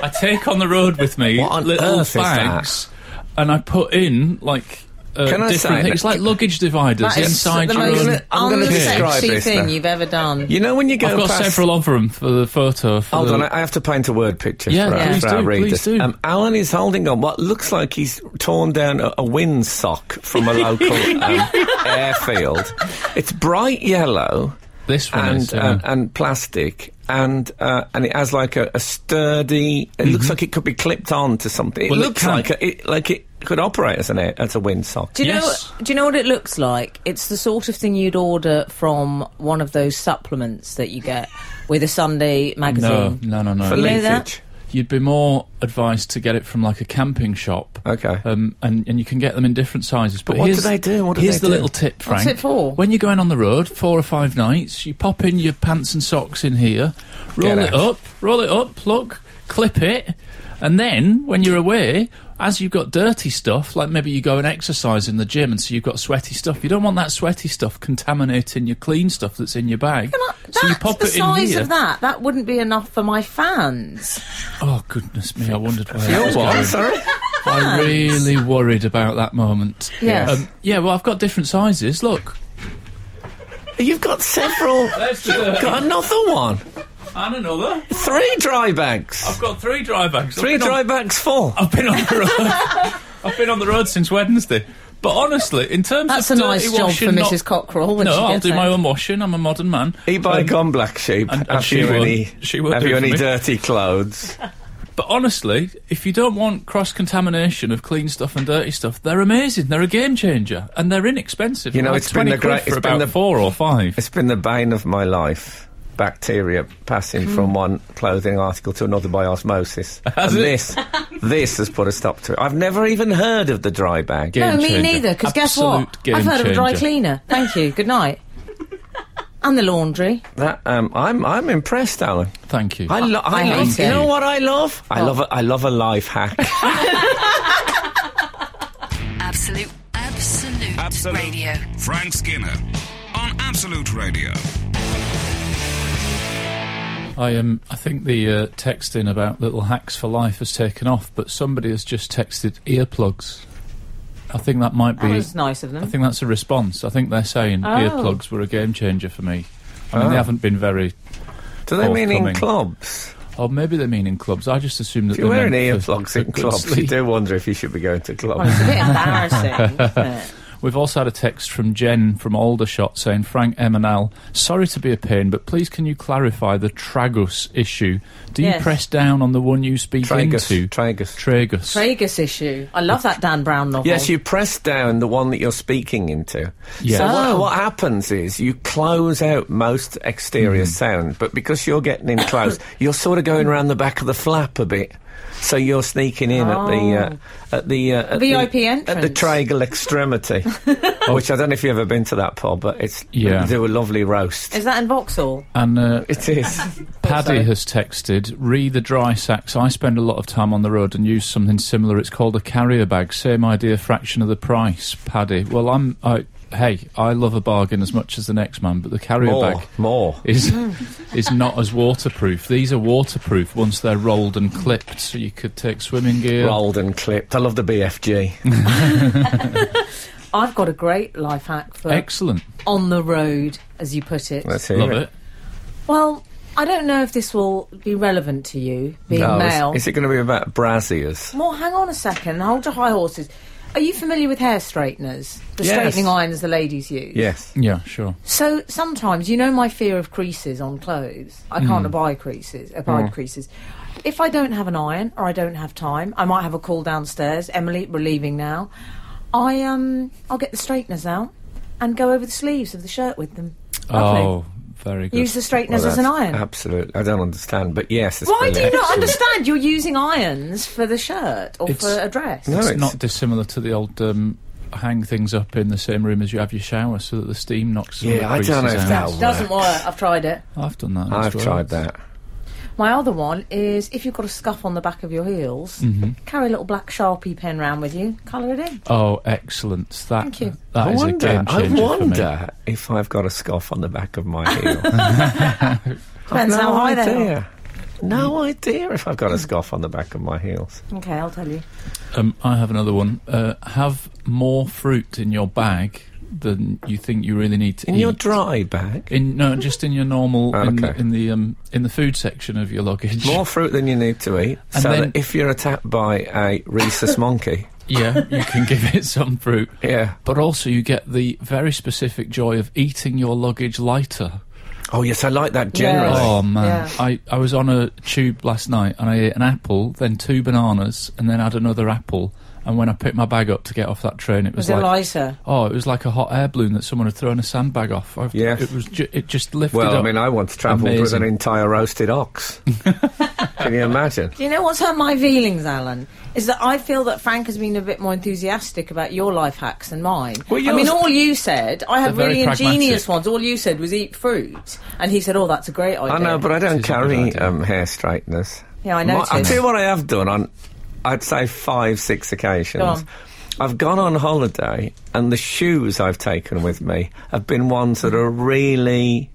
Speaker 5: I take on the road with me
Speaker 3: What on
Speaker 5: little
Speaker 3: earth is
Speaker 5: bags, and I put in like uh,
Speaker 3: Can I
Speaker 5: different
Speaker 3: say
Speaker 5: things, like luggage dividers
Speaker 4: that is
Speaker 5: inside
Speaker 4: the
Speaker 5: your
Speaker 4: most
Speaker 5: own.
Speaker 3: I'm gonna describe
Speaker 4: unsexy
Speaker 3: this now.
Speaker 4: thing you've ever done.
Speaker 3: You know when you go
Speaker 5: I've got
Speaker 3: past.
Speaker 5: several of them for the photo. For
Speaker 3: Hold
Speaker 5: the,
Speaker 3: on, uh, I I have to paint a word picture
Speaker 5: Yeah,
Speaker 3: for, our,
Speaker 5: please
Speaker 3: for our
Speaker 5: do, please
Speaker 3: readers.
Speaker 5: do.
Speaker 3: Um, Alan is holding on what looks like he's torn down a, a windsock from a local um, airfield. It's bright yellow
Speaker 5: this one
Speaker 3: and uh,
Speaker 5: is. yeah.
Speaker 3: and, and plastic, and uh, and it has like a, a sturdy. It looks like it could be clipped on to something. It
Speaker 5: Mm-hmm. Well, it
Speaker 3: looks
Speaker 5: can.
Speaker 3: like a, it like it could operate as an air, as a windsock.
Speaker 4: Do you
Speaker 5: Yes.
Speaker 4: know? Do you know what it looks like? It's the sort of thing you'd order from one of those supplements that you get with a Sunday
Speaker 5: no,
Speaker 4: magazine.
Speaker 5: no, no, no.
Speaker 3: for
Speaker 4: You know that?
Speaker 3: leakage.
Speaker 5: You'd be more advised to get it from like a camping shop.
Speaker 3: Okay.
Speaker 5: Um, and, and you can get them in different sizes. But,
Speaker 3: what do
Speaker 5: here's-
Speaker 3: they do? What do
Speaker 5: here's
Speaker 3: they
Speaker 5: the
Speaker 3: do?
Speaker 5: little tip, Frank.
Speaker 4: What's it for?
Speaker 5: When you're going on the road, four or five nights, you pop in your pants and socks in here, roll
Speaker 3: Get
Speaker 5: it
Speaker 3: out.
Speaker 5: up, roll it up, look, clip it, and then when you're away, as you've got dirty stuff, like maybe you go and exercise in the gym and so you've got sweaty stuff, you don't want that sweaty stuff contaminating your clean stuff that's in your bag.
Speaker 4: That's
Speaker 5: so you pop
Speaker 4: the
Speaker 5: it in
Speaker 4: size
Speaker 5: here.
Speaker 4: of that. That wouldn't be enough for my fans.
Speaker 5: Oh goodness me, I wondered where that
Speaker 3: Your
Speaker 5: was
Speaker 3: what?
Speaker 5: going.
Speaker 3: Sorry.
Speaker 5: I really worried about that moment.
Speaker 4: Yes.
Speaker 5: Um, yeah, well, I've got different sizes. Look.
Speaker 3: You've got several.
Speaker 5: There's the- uh,
Speaker 3: got another one.
Speaker 5: And another.
Speaker 3: Three dry bags.
Speaker 5: I've got three dry bags.
Speaker 3: Three
Speaker 5: I've been
Speaker 3: dry
Speaker 5: on-
Speaker 3: bags full.
Speaker 5: I've been on the road. I've been on the road since Wednesday. But honestly, in terms
Speaker 4: That's a
Speaker 5: of
Speaker 4: nice
Speaker 5: dirty
Speaker 4: job
Speaker 5: washing,
Speaker 4: for
Speaker 5: not-
Speaker 4: Mrs. Cockrell. When
Speaker 5: no,
Speaker 4: she
Speaker 5: I'll
Speaker 4: gets
Speaker 5: do my
Speaker 4: home.
Speaker 5: own washing. I'm a modern man. Um,
Speaker 3: EBay gone black sheep.
Speaker 5: and- and
Speaker 3: have
Speaker 5: she
Speaker 3: you
Speaker 5: won't-
Speaker 3: any?
Speaker 5: she won't
Speaker 3: have
Speaker 5: do
Speaker 3: you
Speaker 5: it for
Speaker 3: any
Speaker 5: me.
Speaker 3: dirty clothes?
Speaker 5: But honestly, if you don't want cross contamination of clean stuff and dirty stuff, they're amazing. They're a game changer and they're inexpensive.
Speaker 3: You know,
Speaker 5: like
Speaker 3: it's been
Speaker 5: 20
Speaker 3: the
Speaker 5: quid
Speaker 3: great-
Speaker 5: for
Speaker 3: it's been
Speaker 5: about
Speaker 3: the-
Speaker 5: four or five.
Speaker 3: It's been the bane of my life. Bacteria passing from one clothing article to another by osmosis.
Speaker 5: Has
Speaker 3: and
Speaker 5: it?
Speaker 3: this, this has put a stop to it. I've never even heard of the dry bag.
Speaker 5: Game
Speaker 4: no, me
Speaker 5: changer.
Speaker 4: neither. Because guess
Speaker 5: Absolute
Speaker 4: what?
Speaker 5: game
Speaker 4: I've heard of a dry
Speaker 5: changer.
Speaker 4: cleaner. Thank you. Good night. and the laundry.
Speaker 3: That um, I'm I'm impressed, Alan.
Speaker 5: Thank you.
Speaker 3: I, lo- I,
Speaker 4: I
Speaker 3: love.
Speaker 4: hate
Speaker 3: You know
Speaker 4: it.
Speaker 3: what I love? I
Speaker 4: What?
Speaker 3: love. A, I love a life hack.
Speaker 1: Absolute, absolute,
Speaker 2: Absolute.
Speaker 1: radio.
Speaker 2: Frank Skinner on Absolute Radio.
Speaker 5: I Um, I think the uh, texting about little hacks for life has taken off, but somebody has just texted earplugs. I think that might
Speaker 4: That
Speaker 5: be.
Speaker 4: was nice of them.
Speaker 5: I think that's a response. I think they're saying
Speaker 4: Oh.
Speaker 5: earplugs were a game changer for me. I mean,
Speaker 3: Oh.
Speaker 5: they haven't been very.
Speaker 3: Do they mean in
Speaker 5: Forthcoming.
Speaker 3: clubs?
Speaker 5: Or maybe they mean in clubs. I just assume that
Speaker 3: If you're
Speaker 5: they're
Speaker 3: wearing
Speaker 5: meant for-
Speaker 3: earplugs
Speaker 5: for
Speaker 3: in
Speaker 5: good
Speaker 3: clubs, you
Speaker 5: sleep.
Speaker 3: do wonder if you should be going to
Speaker 4: Well,
Speaker 3: clubs.
Speaker 4: it's a bit embarrassing, isn't it?
Speaker 5: We've also had a text from Jen from Aldershot saying, Frank M and L, sorry to be a pain, but please can you clarify the tragus issue? Do you
Speaker 4: Yes.
Speaker 5: press down on the one you speak
Speaker 3: Tragus.
Speaker 5: into?
Speaker 3: Tragus.
Speaker 5: Tragus.
Speaker 4: Tragus issue. I love that Dan Brown novel.
Speaker 3: Yes, you press down the one that you're speaking into.
Speaker 5: Yes.
Speaker 3: So what,
Speaker 4: Oh.
Speaker 3: what happens is you close out most exterior sound, but because you're getting in close, you're sort of going around the back of the flap a bit. So you're sneaking in at the uh, at the uh, at
Speaker 4: VIP
Speaker 3: the, at the
Speaker 4: entrance.
Speaker 3: triangle extremity, which I don't know if you've ever been to that pub, but it's
Speaker 5: Yeah.
Speaker 3: they do a lovely roast.
Speaker 4: Is that in Vauxhall?
Speaker 5: and uh,
Speaker 3: It is.
Speaker 5: Paddy
Speaker 4: sorry.
Speaker 5: has texted, re the dry sacks. I spend a lot of time on the road and use something similar. It's called a carrier bag. Same idea, fraction of the price. Paddy, well, I'm. I, hey, I love a bargain as much as the next man, but the carrier
Speaker 4: Oh.
Speaker 3: more,
Speaker 5: bag.
Speaker 3: more.
Speaker 5: is is not as waterproof. These are waterproof once they're rolled and clipped, so you could take swimming gear.
Speaker 3: Rolled and clipped. I love the BFG.
Speaker 4: I've got a great life hack for
Speaker 5: Excellent,
Speaker 4: on the road, as you put it.
Speaker 3: Let's hear
Speaker 5: love it.
Speaker 4: Well, I don't know if this will be relevant to you, being
Speaker 3: Oh, is-
Speaker 4: male.
Speaker 3: Is, it going to be about braziers?
Speaker 4: Well, hang on a second. Hold your high horses. Are you familiar with hair straighteners? The
Speaker 3: Yes.
Speaker 4: straightening irons the ladies use?
Speaker 3: Yes.
Speaker 5: Yeah, sure.
Speaker 4: So sometimes, you know, my fear of creases on clothes. I
Speaker 3: Hmm.
Speaker 4: can't abide creases. Abide creases. If I don't have an iron or I don't have time, I might have a call downstairs. Emily, we're leaving now. I um, I'll get the straighteners out and go over the sleeves of the shirt with them. Lovely.
Speaker 5: Oh, very good.
Speaker 4: Use the straighteners as an
Speaker 3: that's
Speaker 4: iron.
Speaker 3: Absolutely. I don't understand, but yes. It's
Speaker 4: Why do you
Speaker 3: brilliant.
Speaker 4: not understand? You're using irons for the shirt or
Speaker 5: It's-
Speaker 4: for a dress.
Speaker 3: No,
Speaker 5: it's,
Speaker 3: it's-
Speaker 5: not dissimilar to the old um, hang things up in the same room as you have your shower, so that the steam knocks. some of
Speaker 3: Yeah,
Speaker 5: the
Speaker 3: I don't know
Speaker 5: creases
Speaker 3: if
Speaker 5: out.
Speaker 3: that
Speaker 4: Doesn't work. I've tried it.
Speaker 5: I've done that.
Speaker 3: I've
Speaker 5: as well.
Speaker 3: tried that.
Speaker 4: My other one is if you've got a scuff on the back of your heels,
Speaker 3: Mm-hmm.
Speaker 4: carry a little black sharpie pen round with you, colour it in.
Speaker 5: Oh, excellent! That
Speaker 4: Thank you.
Speaker 5: that
Speaker 3: I
Speaker 5: is a
Speaker 3: wonder.
Speaker 5: game
Speaker 3: I
Speaker 5: changer for me.
Speaker 3: wonder if I've got a scoff on the back of my heel.
Speaker 4: Depends
Speaker 3: no
Speaker 4: how high they are.
Speaker 3: idea. No idea if I've got a scoff on the back of my heels.
Speaker 4: Okay, I'll tell you.
Speaker 5: Um, I have another one. Uh, have more fruit in your bag than you think you really need to
Speaker 3: In
Speaker 5: eat.
Speaker 3: your dry bag,
Speaker 5: In no, just in your normal
Speaker 3: Oh,
Speaker 5: in,
Speaker 3: okay.
Speaker 5: in the um, in the food section of your luggage.
Speaker 3: more fruit than you need to eat.
Speaker 5: And
Speaker 3: so
Speaker 5: then-
Speaker 3: that if you're attacked by a rhesus monkey,
Speaker 5: Yeah, you can give it some fruit,
Speaker 3: yeah.
Speaker 5: but also you get the very specific joy of eating your luggage lighter.
Speaker 3: Oh yes, I like that generally.
Speaker 4: Yes.
Speaker 5: Oh man,
Speaker 4: Yeah.
Speaker 5: I I was on a tube last night and I ate an apple, then two bananas, and then had another apple. And when I picked my bag up to get off that train, it was,
Speaker 4: Was it
Speaker 5: like.
Speaker 4: lighter?
Speaker 5: Oh, it was like a hot air balloon that someone had thrown a sandbag off. I've,
Speaker 3: Yes.
Speaker 5: it was. Ju- it just lifted
Speaker 3: Well, I
Speaker 5: up.
Speaker 3: mean, I once travelled with
Speaker 5: Amazing.
Speaker 3: an entire roasted ox. Can you imagine?
Speaker 4: Do you know what's hurt my feelings, Alan? Is that I feel that Frank has been a bit more enthusiastic about your life hacks than mine.
Speaker 3: Well,
Speaker 4: I
Speaker 3: yours-
Speaker 4: mean, all you said, I had
Speaker 5: They're very
Speaker 4: really ingenious ones.
Speaker 5: pragmatic.
Speaker 4: All you said was eat fruit. And he said, oh, that's a great idea.
Speaker 3: I know, but I don't
Speaker 5: This is a good
Speaker 3: carry
Speaker 5: idea.
Speaker 3: um, hair straighteners.
Speaker 4: Yeah, I
Speaker 3: My- I'll
Speaker 4: noticed.
Speaker 3: tell you what I have done on, I'd say five, six occasions.
Speaker 4: Go on.
Speaker 3: I've gone on holiday, and the shoes I've taken with me have been ones that are really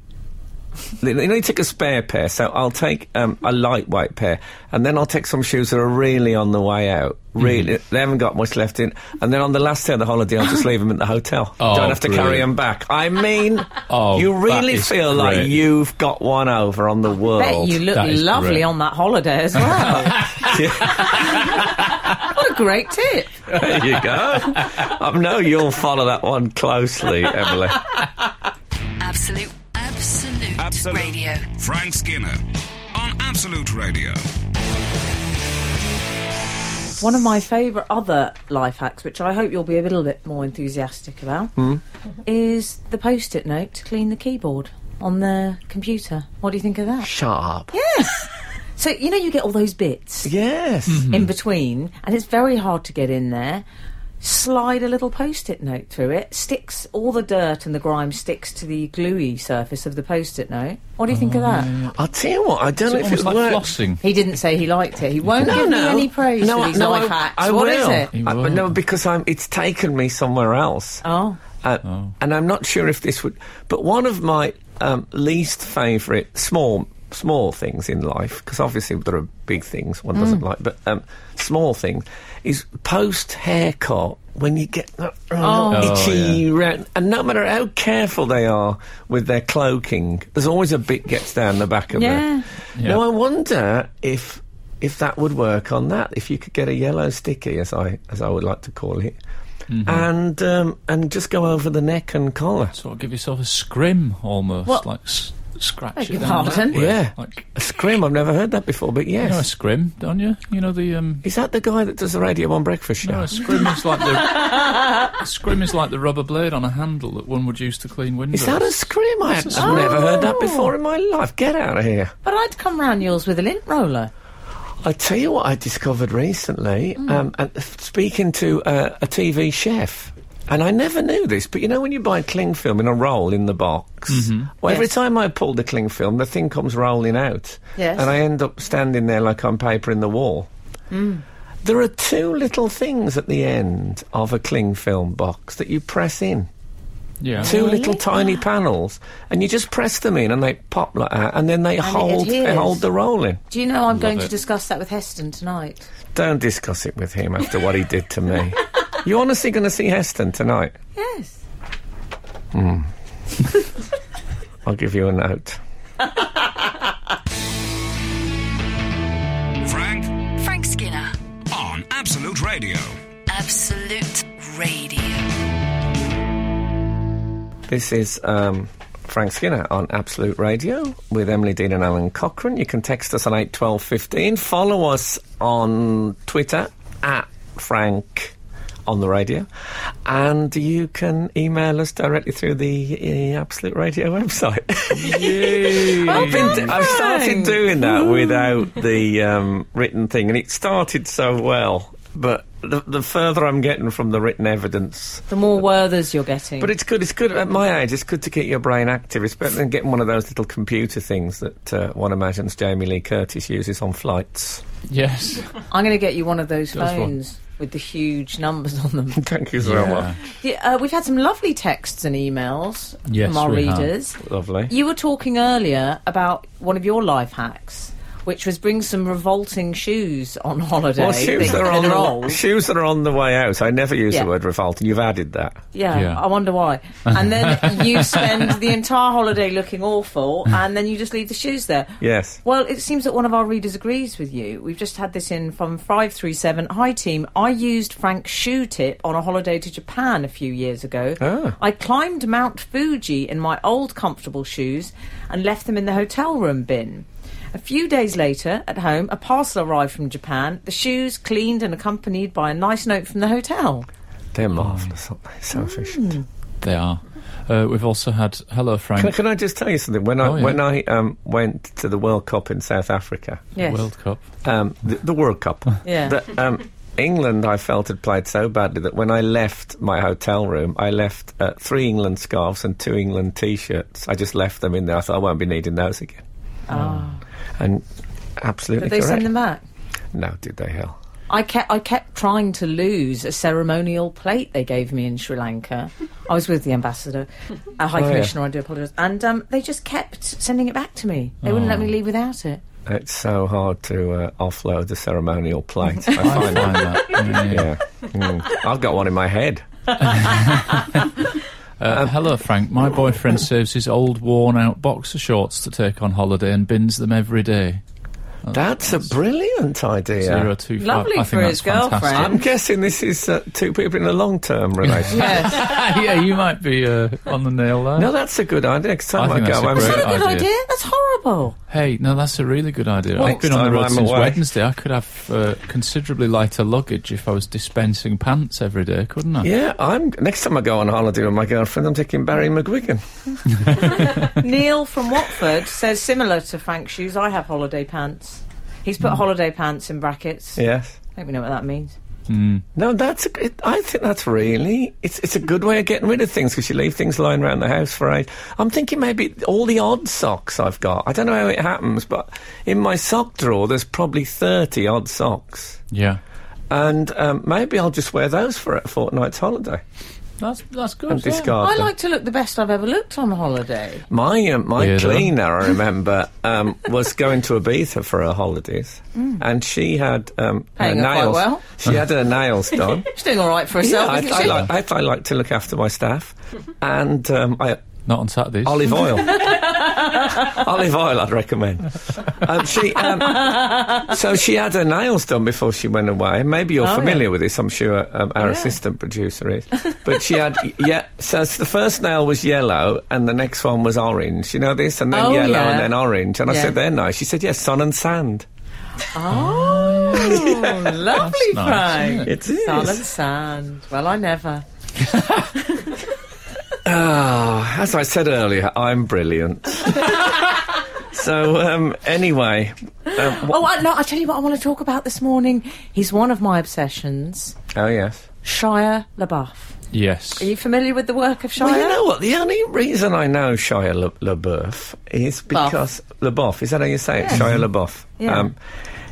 Speaker 3: You know, you take a spare pair, so I'll take um, a lightweight pair, and then I'll take some shoes that are really on the way out.
Speaker 5: Mm-hmm.
Speaker 3: Really, they haven't got much left in, and then on the last day of the holiday, I'll just leave them at the hotel.
Speaker 5: Oh,
Speaker 3: Don't have to carry
Speaker 5: brilliant.
Speaker 3: them back. I mean,
Speaker 5: Oh,
Speaker 3: you
Speaker 5: that
Speaker 3: really
Speaker 5: is
Speaker 3: feel like
Speaker 5: great.
Speaker 3: you've got one over on the world.
Speaker 4: Bet you look
Speaker 5: That is
Speaker 4: lovely
Speaker 5: great.
Speaker 4: on that holiday as well. what a great tip.
Speaker 3: there you go. I know you'll follow that one closely, Emily.
Speaker 1: Absolute, absolute,
Speaker 2: Absolute.
Speaker 1: radio.
Speaker 2: Frank Skinner on Absolute Radio.
Speaker 4: One of my favourite other life hacks, which I hope you'll be a little bit more enthusiastic about,
Speaker 3: Hmm?
Speaker 4: is the post it note to clean the keyboard on the computer. What do you think of that?
Speaker 3: Sharp.
Speaker 4: Yes! so, you know, you get all those bits
Speaker 3: Yes.
Speaker 4: in between, and it's very hard to get in there. Slide a little post it note through it, sticks all the dirt and the grime sticks to the gluey surface of the post it note. What do you think of that?
Speaker 3: I'll tell you what. I don't know if
Speaker 5: Almost
Speaker 3: it
Speaker 5: like
Speaker 3: works.
Speaker 5: flossing.
Speaker 4: He didn't say he liked it. He won't give me any praise for these life
Speaker 3: I,
Speaker 4: hacks.
Speaker 3: I
Speaker 4: What
Speaker 3: will.
Speaker 4: is it?
Speaker 5: You
Speaker 3: I-
Speaker 5: will.
Speaker 3: no, because I'm, it's taken me somewhere else.
Speaker 4: Oh.
Speaker 3: Uh, And I'm not sure if this would. But one of my um, least favourite small small things in life, because obviously there are big things one
Speaker 4: Mm.
Speaker 3: doesn't like, but um, small things is post haircut when you get that
Speaker 4: Oh.
Speaker 3: little itchy
Speaker 5: yeah.
Speaker 3: round, and no matter how careful they are with their cloaking, there's always a bit gets down the back of
Speaker 4: Yeah.
Speaker 3: it.
Speaker 5: Yeah.
Speaker 3: Now I wonder if if that would work on that. If you could get a yellow sticky, as I as I would like to call it,
Speaker 5: Mm-hmm.
Speaker 3: and um, and just go over the neck and collar.
Speaker 5: Sort of give yourself a scrim almost,
Speaker 4: What?
Speaker 5: like s- scratch
Speaker 4: Beg
Speaker 5: it
Speaker 4: your
Speaker 5: down that
Speaker 4: pardon?
Speaker 5: way.
Speaker 3: Yeah.
Speaker 5: Like,
Speaker 3: A scream. I've never heard that before, but
Speaker 5: you know a
Speaker 3: yes.
Speaker 5: scrim, don't you? You know the um.
Speaker 3: Is that the guy that does the radio on breakfast show?
Speaker 5: No, a scrim is like the a scrim is like the rubber blade on a handle that one would use to clean windows.
Speaker 3: Is that a scream? I have never heard that before in my life. Get out of here.
Speaker 4: But I'd come round yours with a lint roller.
Speaker 3: I tell you what I discovered recently, um, and f- speaking to uh, a TV chef, and I never knew this, but you know when you buy cling film in a roll in the box, well, every
Speaker 4: Yes.
Speaker 3: time I pull the cling film, the thing comes rolling out,
Speaker 4: Yes.
Speaker 3: and I end up standing there like I'm papering the wall. There are two little things at the end of a cling film box that you press in
Speaker 5: yeah?
Speaker 3: two little tiny panels, and you just press them in, and they pop like that, and then they hold they
Speaker 4: adheres.
Speaker 3: hold the roll in.
Speaker 4: Do you know I'm going to
Speaker 5: it.
Speaker 4: discuss that with Heston tonight?
Speaker 3: Don't discuss it with him after what he did to me. You honestly going to see Heston tonight?
Speaker 4: Yes.
Speaker 3: I'll give you a note.
Speaker 2: Frank
Speaker 1: Frank Skinner.
Speaker 2: on Absolute Radio.
Speaker 1: Absolute radio.
Speaker 3: This is um, Frank Skinner on Absolute Radio with Emily Dean and Alan Cochrane. You can text us on eight twelve fifteen. Follow us on Twitter at Frank on the radio, and you can email us directly through the uh, Absolute Radio website. I've, been do- I've started doing that without the um, written thing, and it started so well. But the, the further I'm getting from the written evidence,
Speaker 4: The more Werthers you're getting.
Speaker 3: but it's good. It's good at my age. It's good to keep your brain active, It's better than getting one of those little computer things that uh, one imagines Jamie Lee Curtis uses on flights.
Speaker 5: Yes.
Speaker 4: I'm going to get you one of those
Speaker 5: That's one.
Speaker 4: phones with the huge numbers on them.
Speaker 3: Thank you so
Speaker 5: Yeah.
Speaker 4: Yeah, uh, we've had some lovely texts and emails
Speaker 5: Yes,
Speaker 4: from our
Speaker 5: we have.
Speaker 4: readers.
Speaker 3: much. Lovely.
Speaker 4: You were talking earlier about one of your life hacks, which was bring some revolting shoes on holiday.
Speaker 3: Well, shoes
Speaker 4: that-
Speaker 3: that, are on
Speaker 4: that are
Speaker 3: the,
Speaker 4: old.
Speaker 3: shoes that are on the way out. I never use
Speaker 4: Yeah.
Speaker 3: the word revolting. You've added that.
Speaker 4: Yeah,
Speaker 5: Yeah.
Speaker 4: I wonder why. And then you spend the entire holiday looking awful, and then you just leave the shoes there.
Speaker 3: Yes.
Speaker 4: Well, it seems that one of our readers agrees with you. We've just had this in from 537. Hi, team. I used Frank's shoe tip on a holiday to Japan a few years ago.
Speaker 3: Ah.
Speaker 4: I climbed Mount Fuji in my old comfortable shoes and left them in the hotel room bin. A few days later, at home, a parcel arrived from Japan, the shoes cleaned and accompanied by a nice note from the hotel.
Speaker 3: They're marvellous, aren't they?
Speaker 4: Mm.
Speaker 3: So efficient.
Speaker 5: They are. Uh, we've also had hello Frank
Speaker 3: Can,
Speaker 4: Mm.
Speaker 3: can I just tell you something? When I
Speaker 5: Oh, yeah.
Speaker 3: when I um, went to the World Cup in South Africa,
Speaker 4: Yes.
Speaker 5: World Cup.
Speaker 3: um, the, the World Cup.
Speaker 4: Yeah.
Speaker 3: That, um, England, I felt, had played so badly that when I left my hotel room, I left uh, three England scarves and two England T-shirts. I just left them in there. I thought I won't be needing those again. Um,
Speaker 4: Ah.
Speaker 3: And absolutely
Speaker 4: Did they
Speaker 3: correct.
Speaker 4: send them back?
Speaker 3: no, did they hell?
Speaker 4: I kept I kept trying to lose a ceremonial plate they gave me in Sri Lanka. I was with the ambassador, a high
Speaker 3: Oh, yeah.
Speaker 4: commissioner. I do apologise, and um, they just kept sending it back to me. They wouldn't let
Speaker 3: Oh.
Speaker 4: me leave without it.
Speaker 3: It's so hard to uh, offload the ceremonial plate. I find that.
Speaker 5: that. yeah, yeah.
Speaker 3: Yeah. Mm. I've got one in my head.
Speaker 5: Uh, hello, Frank. My boyfriend saves his old, worn-out boxer shorts to take on holiday and bins them every day.
Speaker 4: Oh,
Speaker 3: That's a brilliant idea.
Speaker 5: Zero two five.
Speaker 4: Lovely
Speaker 5: I think
Speaker 4: for
Speaker 5: that's
Speaker 4: his
Speaker 5: fantastic.
Speaker 3: I'm guessing this is uh, two people in a long term relationship.
Speaker 4: Yes,
Speaker 5: yeah, you might be uh, on the nail there.
Speaker 3: no, that's a good idea. Next time
Speaker 5: I
Speaker 3: I,
Speaker 5: think
Speaker 3: go,
Speaker 5: that's a
Speaker 3: I'm
Speaker 5: great
Speaker 4: good
Speaker 5: Idea.
Speaker 4: idea. That's horrible.
Speaker 5: Hey, no, that's a really good idea. I've
Speaker 3: Next
Speaker 5: been on the
Speaker 3: time
Speaker 5: road
Speaker 3: I'm
Speaker 5: since
Speaker 3: away.
Speaker 5: Wednesday. I could have uh, considerably lighter luggage if I was dispensing pants every day, couldn't I?
Speaker 3: yeah, I'm. Next time I go on holiday with my girlfriend, I'm taking Barry McGuigan.
Speaker 4: Neil from Watford says similar to Frank's shoes. I have holiday pants. He's
Speaker 3: Hmm.
Speaker 4: put holiday pants in brackets.
Speaker 3: Yes.
Speaker 4: Let me know what that means.
Speaker 3: No, that's. A, g- it, I think that's really. It's it's a good way of getting rid of things because you leave things lying around the house for ages. I'm thinking maybe all the odd socks I've got. I don't know how it happens, but in my sock drawer there's probably thirty odd socks,
Speaker 5: Yeah.
Speaker 3: and um, maybe I'll just wear those for a fortnight's holiday
Speaker 5: That's that's good.
Speaker 3: and
Speaker 5: yeah.
Speaker 3: discard
Speaker 4: I
Speaker 3: them.
Speaker 4: like to look the best I've ever looked on holiday.
Speaker 3: My um, my
Speaker 5: Weirdo.
Speaker 3: cleaner, I remember, um, was going to Ibiza for her holidays,
Speaker 4: Mm.
Speaker 3: and she had um, her
Speaker 4: Paying her quite
Speaker 3: nails.
Speaker 4: well.
Speaker 3: She had her nails done.
Speaker 4: She's doing all right for
Speaker 3: yeah,
Speaker 4: herself,
Speaker 3: I,
Speaker 4: isn't
Speaker 3: I
Speaker 4: she?
Speaker 3: like I, I like to look after my staff, and um, I,
Speaker 5: Not on Saturdays.
Speaker 3: olive oil. olive oil, I'd recommend. Um, she, um, so she had her nails done before she went away. Maybe you're
Speaker 4: Oh,
Speaker 3: familiar
Speaker 4: yeah.
Speaker 3: with this. I'm sure um, our assistant producer is. But she had yeah. So s- the first nail was yellow, and the next one was orange. You know this, and then
Speaker 4: Oh,
Speaker 3: yellow,
Speaker 4: yeah.
Speaker 3: and then orange. And I
Speaker 4: Yeah.
Speaker 3: said, "They're nice." She said, "Yes, sun and sand."
Speaker 4: Oh, lovely,
Speaker 5: nice, isn't
Speaker 4: Frank.
Speaker 3: It is.
Speaker 4: Sun and sand. Well, I never.
Speaker 3: Ah, as I said earlier, I'm brilliant. so um, anyway, um, wh-
Speaker 4: Oh, I, no, I tell you what I want to talk about this morning. He's one of my obsessions,
Speaker 3: oh yes.
Speaker 4: Shia LaBeouf.
Speaker 5: Yes.
Speaker 4: Are you familiar with the work of Shia?
Speaker 3: Well, you know what? The only reason I know Shia La- LaBeouf is because LaBeouf. Is that how you say it? Shia LaBeouf. Um,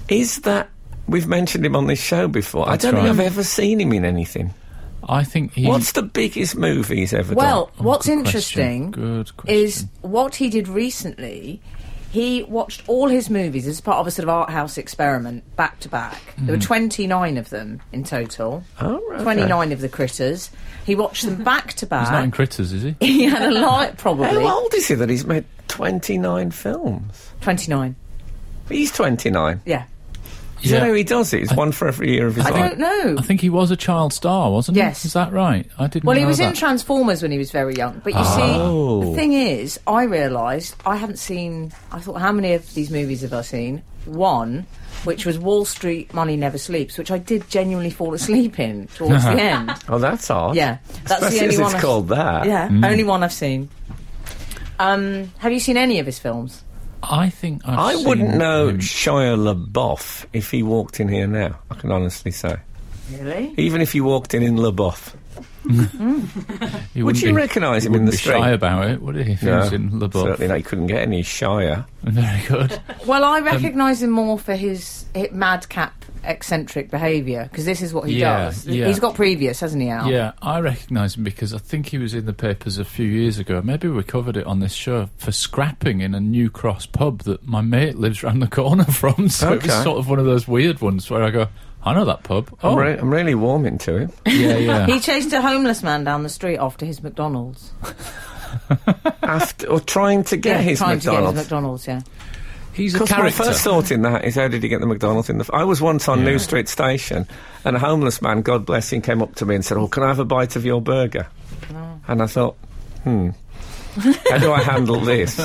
Speaker 4: Yeah.
Speaker 3: is that we've mentioned him on this show before?
Speaker 5: That's
Speaker 3: I don't
Speaker 5: right.
Speaker 3: think I've ever seen him in anything.
Speaker 5: I think he.
Speaker 3: What's the biggest movie he's ever
Speaker 4: Well,
Speaker 5: Oh,
Speaker 4: what's
Speaker 5: good
Speaker 4: interesting
Speaker 5: question. Good question.
Speaker 4: is what he did recently. He watched all his movies as part of a sort of art house experiment, back to back. There were 29 of them in total.
Speaker 3: Oh, right, okay.
Speaker 4: 29 of the critters. He watched them back to
Speaker 5: He's not in
Speaker 4: back.
Speaker 5: critters, is he?
Speaker 4: He had a lot,
Speaker 3: done?
Speaker 4: probably.
Speaker 3: How old is he that he's made twenty nine films?
Speaker 4: 29.
Speaker 3: He's twenty nine.
Speaker 4: Yeah.
Speaker 3: Do you know how he does it? It's one for every year of his
Speaker 4: I
Speaker 3: life.
Speaker 4: don't know.
Speaker 5: I think he was a child star, wasn't he?
Speaker 4: Yes.
Speaker 5: Is that right? I didn't.
Speaker 4: Well,
Speaker 5: know
Speaker 4: he was
Speaker 5: that.
Speaker 4: in Transformers when he was very young. But you see,
Speaker 3: Oh.
Speaker 4: the thing is, I realised I hadn't seen. I thought, how many of these movies have I seen? One, which was Wall Street Money Never Sleeps, which I did genuinely fall asleep in towards the end.
Speaker 3: Oh, that's odd.
Speaker 4: Yeah, that's
Speaker 3: Especially
Speaker 4: the only
Speaker 3: as
Speaker 4: one.
Speaker 3: it's
Speaker 4: I've-
Speaker 3: called that. Mm.
Speaker 4: Yeah, only one I've seen. Um, have you seen any of his films?
Speaker 5: I think I've
Speaker 3: I
Speaker 5: seen
Speaker 3: wouldn't know
Speaker 5: him.
Speaker 3: Shia LaBeouf if he walked in here now. I can honestly say.
Speaker 4: Really?
Speaker 3: Even if you walked in in LaBeouf,
Speaker 5: He
Speaker 3: would
Speaker 5: wouldn't
Speaker 3: you
Speaker 5: be-
Speaker 3: recognise
Speaker 5: he
Speaker 3: him in
Speaker 5: wouldn't
Speaker 3: the
Speaker 5: be
Speaker 3: street?
Speaker 5: Shy about it, would he? If he was in LeBeau.
Speaker 3: certainly not. You couldn't get any Shire.
Speaker 5: Very good.
Speaker 4: Well,
Speaker 3: Um,
Speaker 4: I recognise him more for his, his madcap eccentric behaviour because this is what he
Speaker 5: Yeah,
Speaker 4: does.
Speaker 5: yeah.
Speaker 4: He's got previous, hasn't he? Al?
Speaker 5: Yeah, I recognise him because I think he was in the papers a few years ago. Maybe we covered it on this show for scrapping in a New Cross pub that my mate lives round the corner from. So it
Speaker 3: Okay.
Speaker 5: was sort of one of those weird ones where I go, I know that pub.
Speaker 3: I'm,
Speaker 5: Oh,
Speaker 3: re- I'm really warming to him.
Speaker 5: yeah, yeah.
Speaker 3: Uh-huh.
Speaker 4: He chased a homeless man down the street after his McDonald's.
Speaker 3: After or trying to get his
Speaker 4: trying to get
Speaker 3: McDonald's.
Speaker 4: his McDonald's. Yeah.
Speaker 5: He's a
Speaker 3: Because my
Speaker 5: character.
Speaker 3: first thought in that is, how did he get the McDonald's in the? F- I was once on
Speaker 5: Yeah.
Speaker 3: New Street Station, and a homeless man, God bless him, came up to me and said, "Oh, can I have a bite of your burger?" And I thought, hmm, how do I handle this?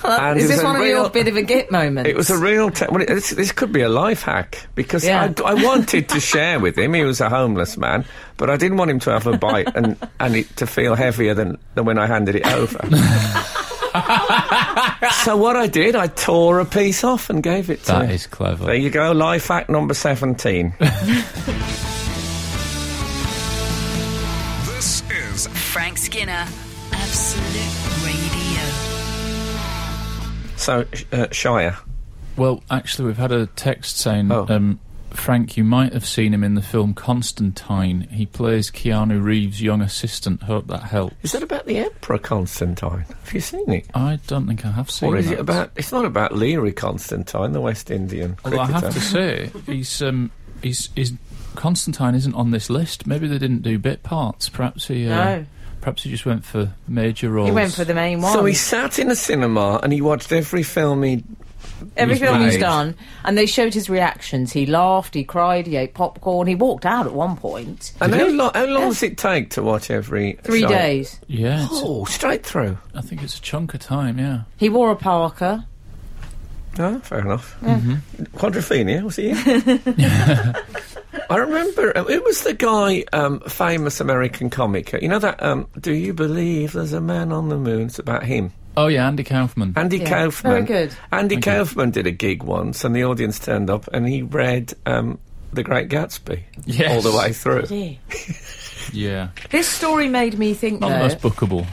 Speaker 3: And
Speaker 4: Is
Speaker 3: it was
Speaker 4: this
Speaker 3: a
Speaker 4: one of
Speaker 3: real-
Speaker 4: your bit of a git moments?
Speaker 3: It was a real. Te- well, it, this, this could be a life hack because
Speaker 4: Yeah.
Speaker 3: I, I wanted to share with him. He was a homeless man, but I didn't want him to have a bite and, and it to feel heavier than, than when I handed it over. so what I did, I tore a piece off and gave it to
Speaker 5: That
Speaker 3: him.
Speaker 5: is clever.
Speaker 3: There you go, life hack number seventeen.
Speaker 2: This is
Speaker 1: Frank Skinner, Absolute Radio.
Speaker 3: so, uh, Shire.
Speaker 5: Well, actually, we've had a text saying
Speaker 3: Oh.
Speaker 5: um, Frank, you might have seen him in the film Constantine. He plays Keanu Reeves' young assistant. Hope that helps.
Speaker 3: Is that about the Emperor Constantine? Have you seen it?
Speaker 5: I don't think I have seen
Speaker 3: Or is
Speaker 5: that.
Speaker 3: it about? It's not about Leary Constantine, the West Indian cricketer.
Speaker 5: Although I have to say, he's um, he's he's Constantine isn't on this list. Maybe they didn't do bit parts. Perhaps he uh,
Speaker 4: No.
Speaker 5: perhaps he just went for major roles.
Speaker 4: He went for the main one.
Speaker 3: so he sat in a cinema and he watched every film he.
Speaker 4: Every
Speaker 3: was
Speaker 4: film he's
Speaker 3: made.
Speaker 4: done, and they showed his reactions. He laughed, he cried, he ate popcorn, he walked out at one point.
Speaker 3: And how, lo- how long does it take to watch every?
Speaker 4: Three
Speaker 3: shot?
Speaker 4: days.
Speaker 5: Yeah, it's-
Speaker 3: Oh, straight through.
Speaker 5: I think it's a chunk of time. Yeah,
Speaker 4: He wore a parka.
Speaker 3: Oh, fair enough. Quadrophenia, was he? in? I remember. Um, it was the guy, um, famous American comic. You know that? Um, Do you believe there's a man on the moon? It's about him.
Speaker 5: Oh yeah, Andy Kaufman.
Speaker 3: Andy
Speaker 4: Yeah,
Speaker 3: Kaufman.
Speaker 4: very good.
Speaker 3: Andy Kaufman did a gig once, and the audience turned up, and he read um, The Great Gatsby
Speaker 5: Yes.
Speaker 3: all the way through.
Speaker 5: yeah,
Speaker 4: This story made me think,
Speaker 5: not the
Speaker 4: though,
Speaker 5: most bookable.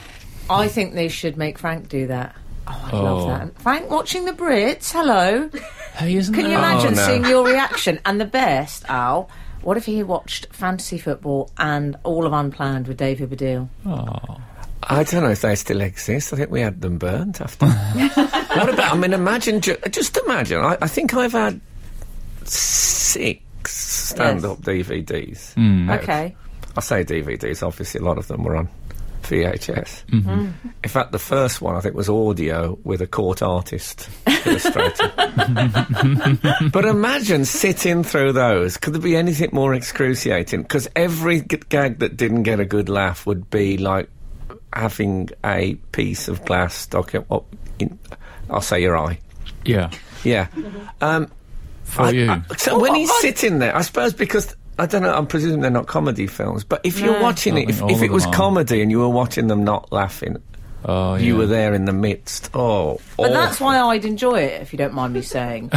Speaker 4: I think they should make Frank do that. Oh, I
Speaker 5: Oh.
Speaker 4: love that. Frank watching the Brits, hello.
Speaker 5: Hey, isn't
Speaker 4: Can you
Speaker 5: there?
Speaker 4: imagine
Speaker 3: no.
Speaker 4: seeing your reaction? And the best, Al, what if he watched fantasy football and all of Unplanned with David Baddiel?
Speaker 5: Oh.
Speaker 3: I don't know if they still exist. I think we had them burnt after. what about? I mean, imagine ju- just imagine. I, I think I've had six stand-up DVDs. out.
Speaker 4: Hmm. Okay.
Speaker 3: I say DVDs. Obviously, a lot of them were on VHS. In fact, the first one I think was audio with a court artist illustrator. but imagine sitting through those. Could there be anything more excruciating? Because every g- gag that didn't get a good laugh would be like having a piece of glass stuck up. up in, I'll say your eye.
Speaker 5: Yeah,
Speaker 3: Yeah. Um,
Speaker 5: for you.
Speaker 3: so when he's sitting there, I suppose because I don't know. I'm presuming they're not comedy films, but if you're watching
Speaker 5: I
Speaker 3: it,
Speaker 5: think
Speaker 3: if,
Speaker 5: all
Speaker 3: if
Speaker 5: of
Speaker 3: it
Speaker 5: them
Speaker 3: was
Speaker 5: are.
Speaker 3: comedy and you were watching them not laughing,
Speaker 5: oh, yeah.
Speaker 3: you were there in the midst. Oh,
Speaker 4: But that's why I'd enjoy it, if you don't mind me saying.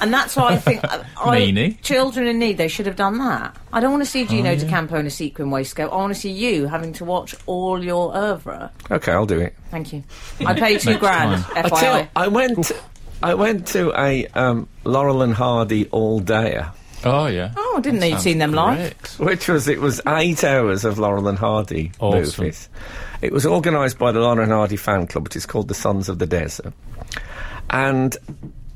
Speaker 4: and that's why I think I, I-
Speaker 5: Meanie.
Speaker 4: children in need, they should have done that. I don't want to see Gino De Campo in a sequin waistcoat. I want to see you having to watch all your oeuvre.
Speaker 3: Okay, I'll do it.
Speaker 4: Thank you. I pay two
Speaker 5: Next
Speaker 4: grand,
Speaker 5: time.
Speaker 3: I tell you,
Speaker 4: FYI.
Speaker 3: I went. I went to a um, Laurel and Hardy all dayer,
Speaker 5: Oh yeah.
Speaker 4: Oh, I didn't know you'd seen them live.
Speaker 5: Great.
Speaker 3: which was it was eight hours of Laurel and Hardy
Speaker 5: Awesome.
Speaker 3: movies. It was organised by the Laurel and Hardy fan club, which is called the Sons of the Desert, and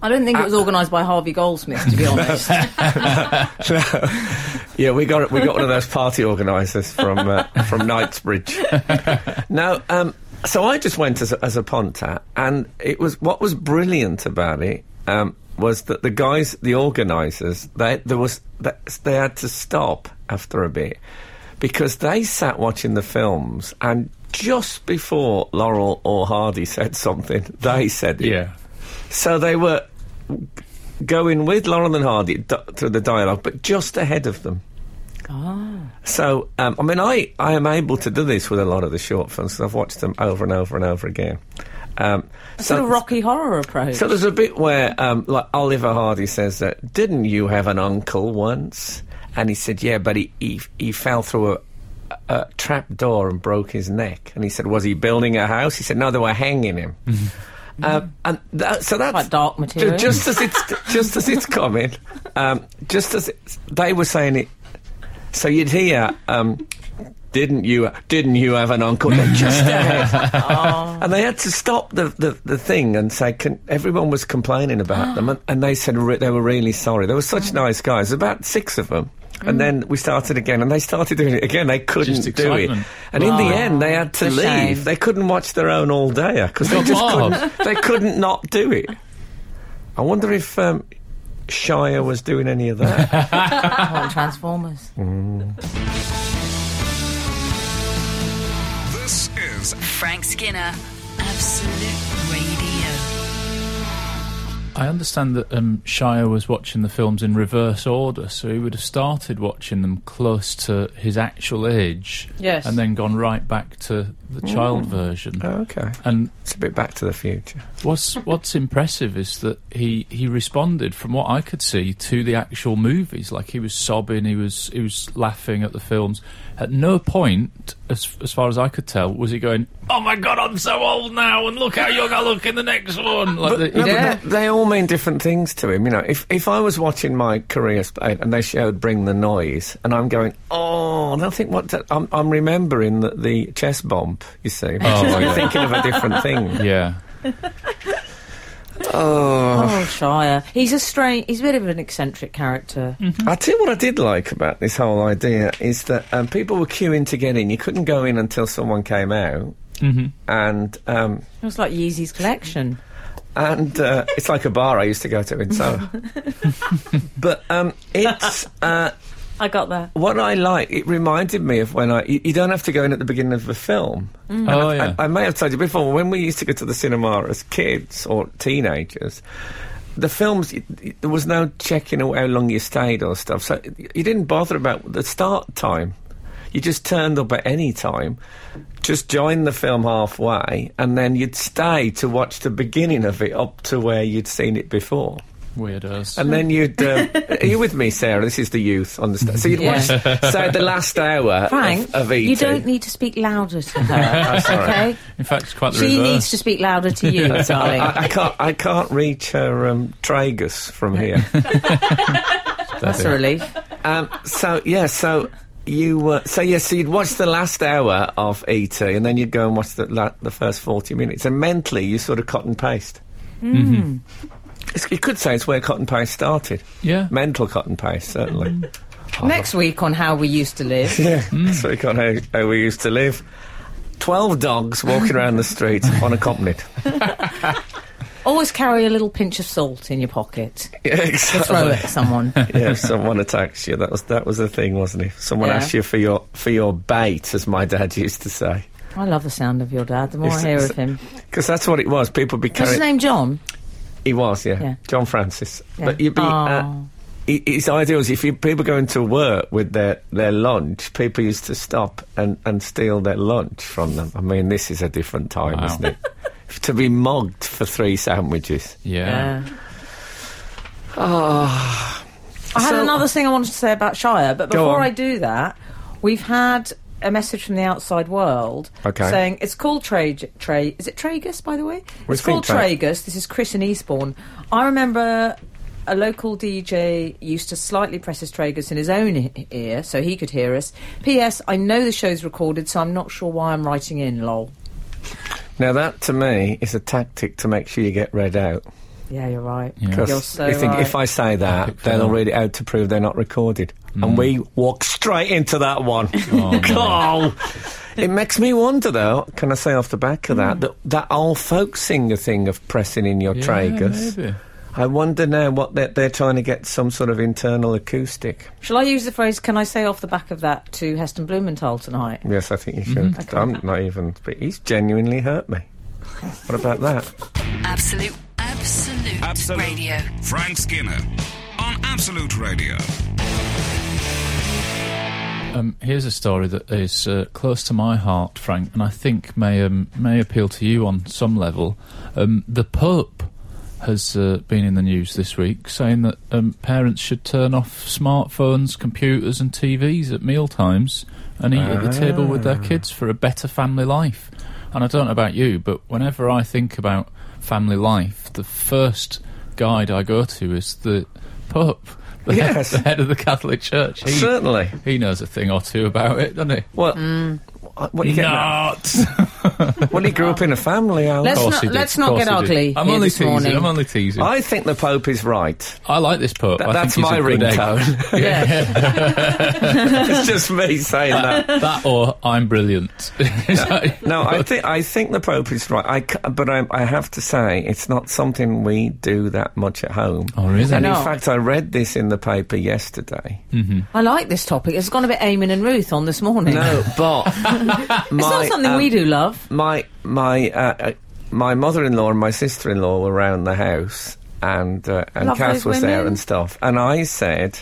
Speaker 4: I don't think it was organised by Harvey Goldsmith, to be honest.
Speaker 3: Yeah, we got we got one of those party organisers from uh, from Knightsbridge. now, um, so I just went as a, as a ponta, and it was what was brilliant about it um, was that the guys, the organisers, they there was they, they had to stop after a bit because they sat watching the films, and just before Laurel or Hardy said something, they said it.
Speaker 5: Yeah.
Speaker 3: So they were going with Laurel and Hardy d- through the dialogue, but just ahead of them.
Speaker 4: Ah.
Speaker 3: So, um, I mean, I, I am able to do this with a lot of the short films 'cause I've watched them over and over and over again. Um, so,
Speaker 4: sort of rocky horror approach.
Speaker 3: so there's a bit where, um, like, Oliver Hardy says that, didn't you have an uncle once? And he said, yeah, but he, he, he fell through a, a trap door and broke his neck. And he said, was he building a house? He said, no, they were hanging him. Um, and that, so that's
Speaker 4: Mm-hmm. Quite dark material.
Speaker 3: Ju- Just as it's just as it's coming, um, just as it's, they were saying it, so you'd hear, um, didn't you? Didn't you have an uncle? They're just ahead. and they had to stop the, the, the thing and say can, everyone was complaining about them, and, and they said re- they were really sorry. They were such nice guys, about six of them. And then we started again, and they started doing it again. They couldn't
Speaker 5: Just
Speaker 3: do it,
Speaker 5: excitement.
Speaker 3: and in the end, they had to
Speaker 4: It's a shame.
Speaker 3: leave. They couldn't watch their own all day because they
Speaker 5: Come
Speaker 3: just
Speaker 5: on.
Speaker 3: couldn't. They couldn't not do it. I wonder if um, Shire was doing any of that.
Speaker 4: on Transformers.
Speaker 2: This is
Speaker 1: Frank Skinner, Absolute Radio.
Speaker 5: I understand that um, Shire was watching the films in reverse order, so he would have started watching them close to his actual age,
Speaker 4: Yes.
Speaker 5: and then gone right back to the child version.
Speaker 3: Oh, okay,
Speaker 5: And
Speaker 3: it's a bit Back to the Future.
Speaker 5: what's what's impressive is that he he responded, from what I could see, to the actual movies. Like he was sobbing, he was he was laughing at the films. At no point, as as far as I could tell, was he going, oh my god, I'm so old now, and look how young I look in the next one. Like the,
Speaker 3: No, but
Speaker 4: Yeah.
Speaker 3: they, they all mean different things to him. You know, if, if I was watching my career sp- uh, and they showed Bring the Noise, and I'm going, oh, and I think what the- I'm, I'm remembering that the chest bump, you see, which
Speaker 5: Oh,
Speaker 3: is- I'm
Speaker 5: yeah.
Speaker 3: thinking of a different thing.
Speaker 5: yeah.
Speaker 4: Oh, Shire. He's a strange. He's a bit of an eccentric character.
Speaker 3: I tell you what I did like about this whole idea is that um, people were queuing to get in. You couldn't go in until someone came out, and um,
Speaker 4: It was like Yeezy's collection.
Speaker 3: and uh, it's like a bar I used to go to in Soho. but um, it's. Uh,
Speaker 4: I got that.
Speaker 3: what I like, it reminded me of when I. You, you don't have to go in at the beginning of the film.
Speaker 5: Oh yeah.
Speaker 3: I, I may have told you before when we used to go to the cinema as kids or teenagers. The films, y- y- there was no checking out how long you stayed or stuff, so y- you didn't bother about the start time. You just turned up at any time, just joined the film halfway, and then you'd stay to watch the beginning of it up to where you'd seen it before.
Speaker 5: Weirdos.
Speaker 3: And then you'd. Um, are you with me, Sarah? This is the youth, understand? So you'd watch, so the last hour
Speaker 4: Frank,
Speaker 3: of, E of eating.
Speaker 4: you don't need to speak louder to her.
Speaker 3: Oh, sorry.
Speaker 4: okay.
Speaker 5: In fact, it's quite the
Speaker 4: She
Speaker 5: reverse.
Speaker 4: needs to speak louder to you, darling.
Speaker 3: I, I can't. I can't reach her um, tragus from here.
Speaker 4: That's a relief.
Speaker 3: Um, so yeah. So you. Uh, so yeah. So you'd watch the last hour of ET, and then you'd go and watch the la- the first forty minutes, and mentally you sort of cut and paste.
Speaker 4: Hmm.
Speaker 3: It's, you could say it's where cut and paste started.
Speaker 5: Yeah.
Speaker 3: Mental cut and paste,
Speaker 4: Mm.
Speaker 3: certainly.
Speaker 4: Next week on How We Used to Live.
Speaker 3: Yeah, so we got how, how we used to live. Twelve dogs walking around the street unaccompanied.
Speaker 4: Always carry a little pinch of salt in your pocket.
Speaker 3: Yeah, exactly.
Speaker 4: Throw it at someone.
Speaker 3: yeah, if someone attacks you, that was that was the thing, wasn't it? If Someone
Speaker 4: Yeah.
Speaker 3: asked you for your for your bait, as my dad used to say,
Speaker 4: I love the sound of your dad. The more
Speaker 3: Is-
Speaker 4: I hear
Speaker 3: is-
Speaker 4: of him.
Speaker 3: because that's what it was. People be
Speaker 4: What's his
Speaker 3: carrying.
Speaker 4: name, John?
Speaker 3: He was, yeah,
Speaker 4: Yeah.
Speaker 3: John Francis.
Speaker 4: Yeah.
Speaker 3: But you'd be. Uh,
Speaker 4: Oh.
Speaker 3: i- it's ideal is if you, people go into work with their, their lunch, people used to stop and, and steal their lunch from them. I mean, this is a different time,
Speaker 5: Wow.
Speaker 3: isn't it? to be mugged for three sandwiches.
Speaker 5: yeah.
Speaker 4: Yeah. Oh. I had
Speaker 3: So-
Speaker 4: another thing I wanted to say about Shire, but
Speaker 3: Go
Speaker 4: before
Speaker 3: on.
Speaker 4: I do that, we've had a message from the outside world
Speaker 3: Okay.
Speaker 4: saying it's called Trage Tra- is it Tragus by the way?
Speaker 3: We
Speaker 4: it's
Speaker 3: think
Speaker 4: called
Speaker 3: Tra-
Speaker 4: Tragus. This is Chris in Eastbourne. I remember a local DJ used to slightly press his Tragus in his own e- ear so he could hear us. P.S. I know the show's recorded, so I'm not sure why I'm writing in. Lol.
Speaker 3: Now that to me is a tactic to make sure you get read out.
Speaker 4: Yeah, you're right.
Speaker 3: 'Cause
Speaker 4: You're so
Speaker 3: they think
Speaker 4: right.
Speaker 3: if I say that, then they'll read it out to prove they're not recorded,
Speaker 5: Mm.
Speaker 3: and we walk straight into that one. Oh, it makes me wonder though. Can I say off the back of that that that old folk singer thing of pressing in your
Speaker 5: Mm. Yeah,
Speaker 3: tragus?
Speaker 5: maybe.
Speaker 3: I wonder now what they're, they're trying to get some sort of internal acoustic.
Speaker 4: Shall I use the phrase "Can I say off the back of that" to Heston Blumenthal tonight?
Speaker 3: Yes, I think you should.
Speaker 5: Mm-hmm.
Speaker 3: I'm not even. But he's genuinely hurt me. What about that?
Speaker 1: Absolute, absolute,
Speaker 2: Absolute.
Speaker 1: radio.
Speaker 2: Frank Skinner on Absolute Radio.
Speaker 5: Um, here's a story that is uh, close to my heart, Frank, and I think may um, may appeal to you on some level. Um, the Pope has uh, been in the news this week, saying that um, parents should turn off smartphones, computers, and TVs at meal times and eat at the table with their kids for a better family life. And I don't know about you, but whenever I think about family life, the first guide I go to is the Pope. The, head-
Speaker 3: Yes.
Speaker 5: the head of the Catholic Church. He-
Speaker 3: Certainly.
Speaker 5: he knows a thing or two about it, doesn't he?
Speaker 3: What?
Speaker 4: Mm.
Speaker 3: What, what are you getting? at? Well, he grew up in a family. Al.
Speaker 4: Let's
Speaker 5: Of course
Speaker 4: not-
Speaker 5: he did.
Speaker 4: let's not
Speaker 5: Of course
Speaker 4: get
Speaker 5: he did.
Speaker 4: ugly
Speaker 5: I'm
Speaker 4: here
Speaker 5: only
Speaker 4: this
Speaker 5: teasing.
Speaker 4: morning.
Speaker 5: I'm only teasing. I,
Speaker 3: I think the Pope is right.
Speaker 5: like this Pope.
Speaker 3: That-
Speaker 5: I
Speaker 3: that's
Speaker 5: think
Speaker 3: my
Speaker 5: he's a good egg.
Speaker 3: ringtone.
Speaker 4: Yeah.
Speaker 3: it's just me saying that.
Speaker 5: that or I'm brilliant.
Speaker 3: No, I think I think the Pope is right. I c but I, I have to say it's not something we do that much at home.
Speaker 5: Oh, really?
Speaker 3: And
Speaker 4: No.
Speaker 3: in fact, I read this in the paper yesterday.
Speaker 4: I like this topic. It's gone a bit Eamon and Ruth on this morning.
Speaker 3: No, but
Speaker 4: it's not something
Speaker 3: um,
Speaker 4: we do, love.
Speaker 3: my my uh, uh, my mother-in-law and my sister-in-law were round the house, and uh, and
Speaker 4: Love
Speaker 3: Cass
Speaker 4: those
Speaker 3: was there
Speaker 4: women.
Speaker 3: and stuff. And I said,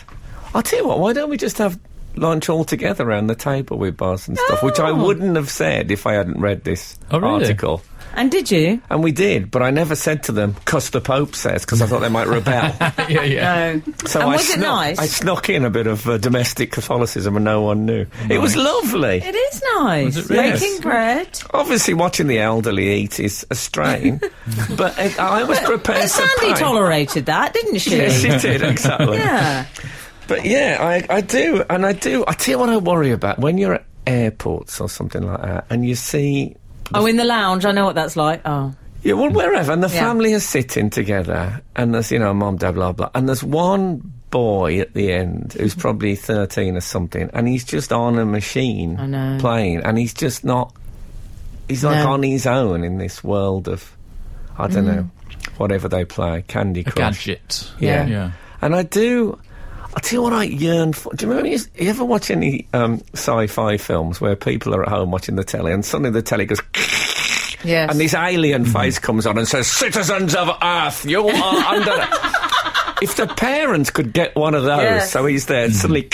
Speaker 3: "I'll tell you what. Why don't we just have lunch all together around the table with bars and stuff?" Which I
Speaker 4: Oh.
Speaker 3: wouldn't have said if I hadn't read this
Speaker 5: Oh, really?
Speaker 3: article.
Speaker 4: And did you?
Speaker 3: And we did, but I never said to them, cuss the Pope says, because I thought they might rebel.
Speaker 5: yeah, yeah.
Speaker 4: No.
Speaker 3: So
Speaker 4: and
Speaker 3: I
Speaker 4: was
Speaker 3: snuck,
Speaker 4: it nice?
Speaker 3: I snuck in a bit of uh, domestic Catholicism and no one knew. It was lovely.
Speaker 4: it is nice.
Speaker 5: Was it really?
Speaker 4: Baking
Speaker 3: Yes. Oh,
Speaker 4: bread.
Speaker 3: Obviously, watching the elderly eat is a strain, but I- I was prepared
Speaker 4: And
Speaker 3: to
Speaker 4: Sandy
Speaker 3: pay.
Speaker 4: tolerated that, didn't she?
Speaker 3: Yes, she did exactly.
Speaker 4: Yeah.
Speaker 3: But yeah, I, I do, and I do. I tell you what, I worry about when you're at airports or something like that, and you see,
Speaker 4: Oh, in the lounge. I know what that's like. Oh.
Speaker 3: yeah, well, wherever, and the
Speaker 4: Yeah.
Speaker 3: family are sitting together, and there's you know, mom, dad, blah blah, and there's one boy at the end who's probably thirteen or something, and he's just on a machine
Speaker 4: I know.
Speaker 3: playing, and he's just not. He's like
Speaker 4: No. Mm.
Speaker 3: on his own in this world of, I don't know, whatever they play, Candy
Speaker 5: A
Speaker 3: Crush.
Speaker 5: gadget.
Speaker 3: Yeah.
Speaker 5: Yeah.
Speaker 3: And I do. I tell you what I yearn for. Do you remember? You, you ever watch any um, sci-fi films where people are at home watching the telly and suddenly the telly goes
Speaker 4: Yes.
Speaker 3: and this alien
Speaker 4: Mm-hmm.
Speaker 3: face comes on and says, "Citizens of Earth, you are under." if the parents could get one of those,
Speaker 4: Yes. Mm-hmm.
Speaker 3: so he's there and suddenly,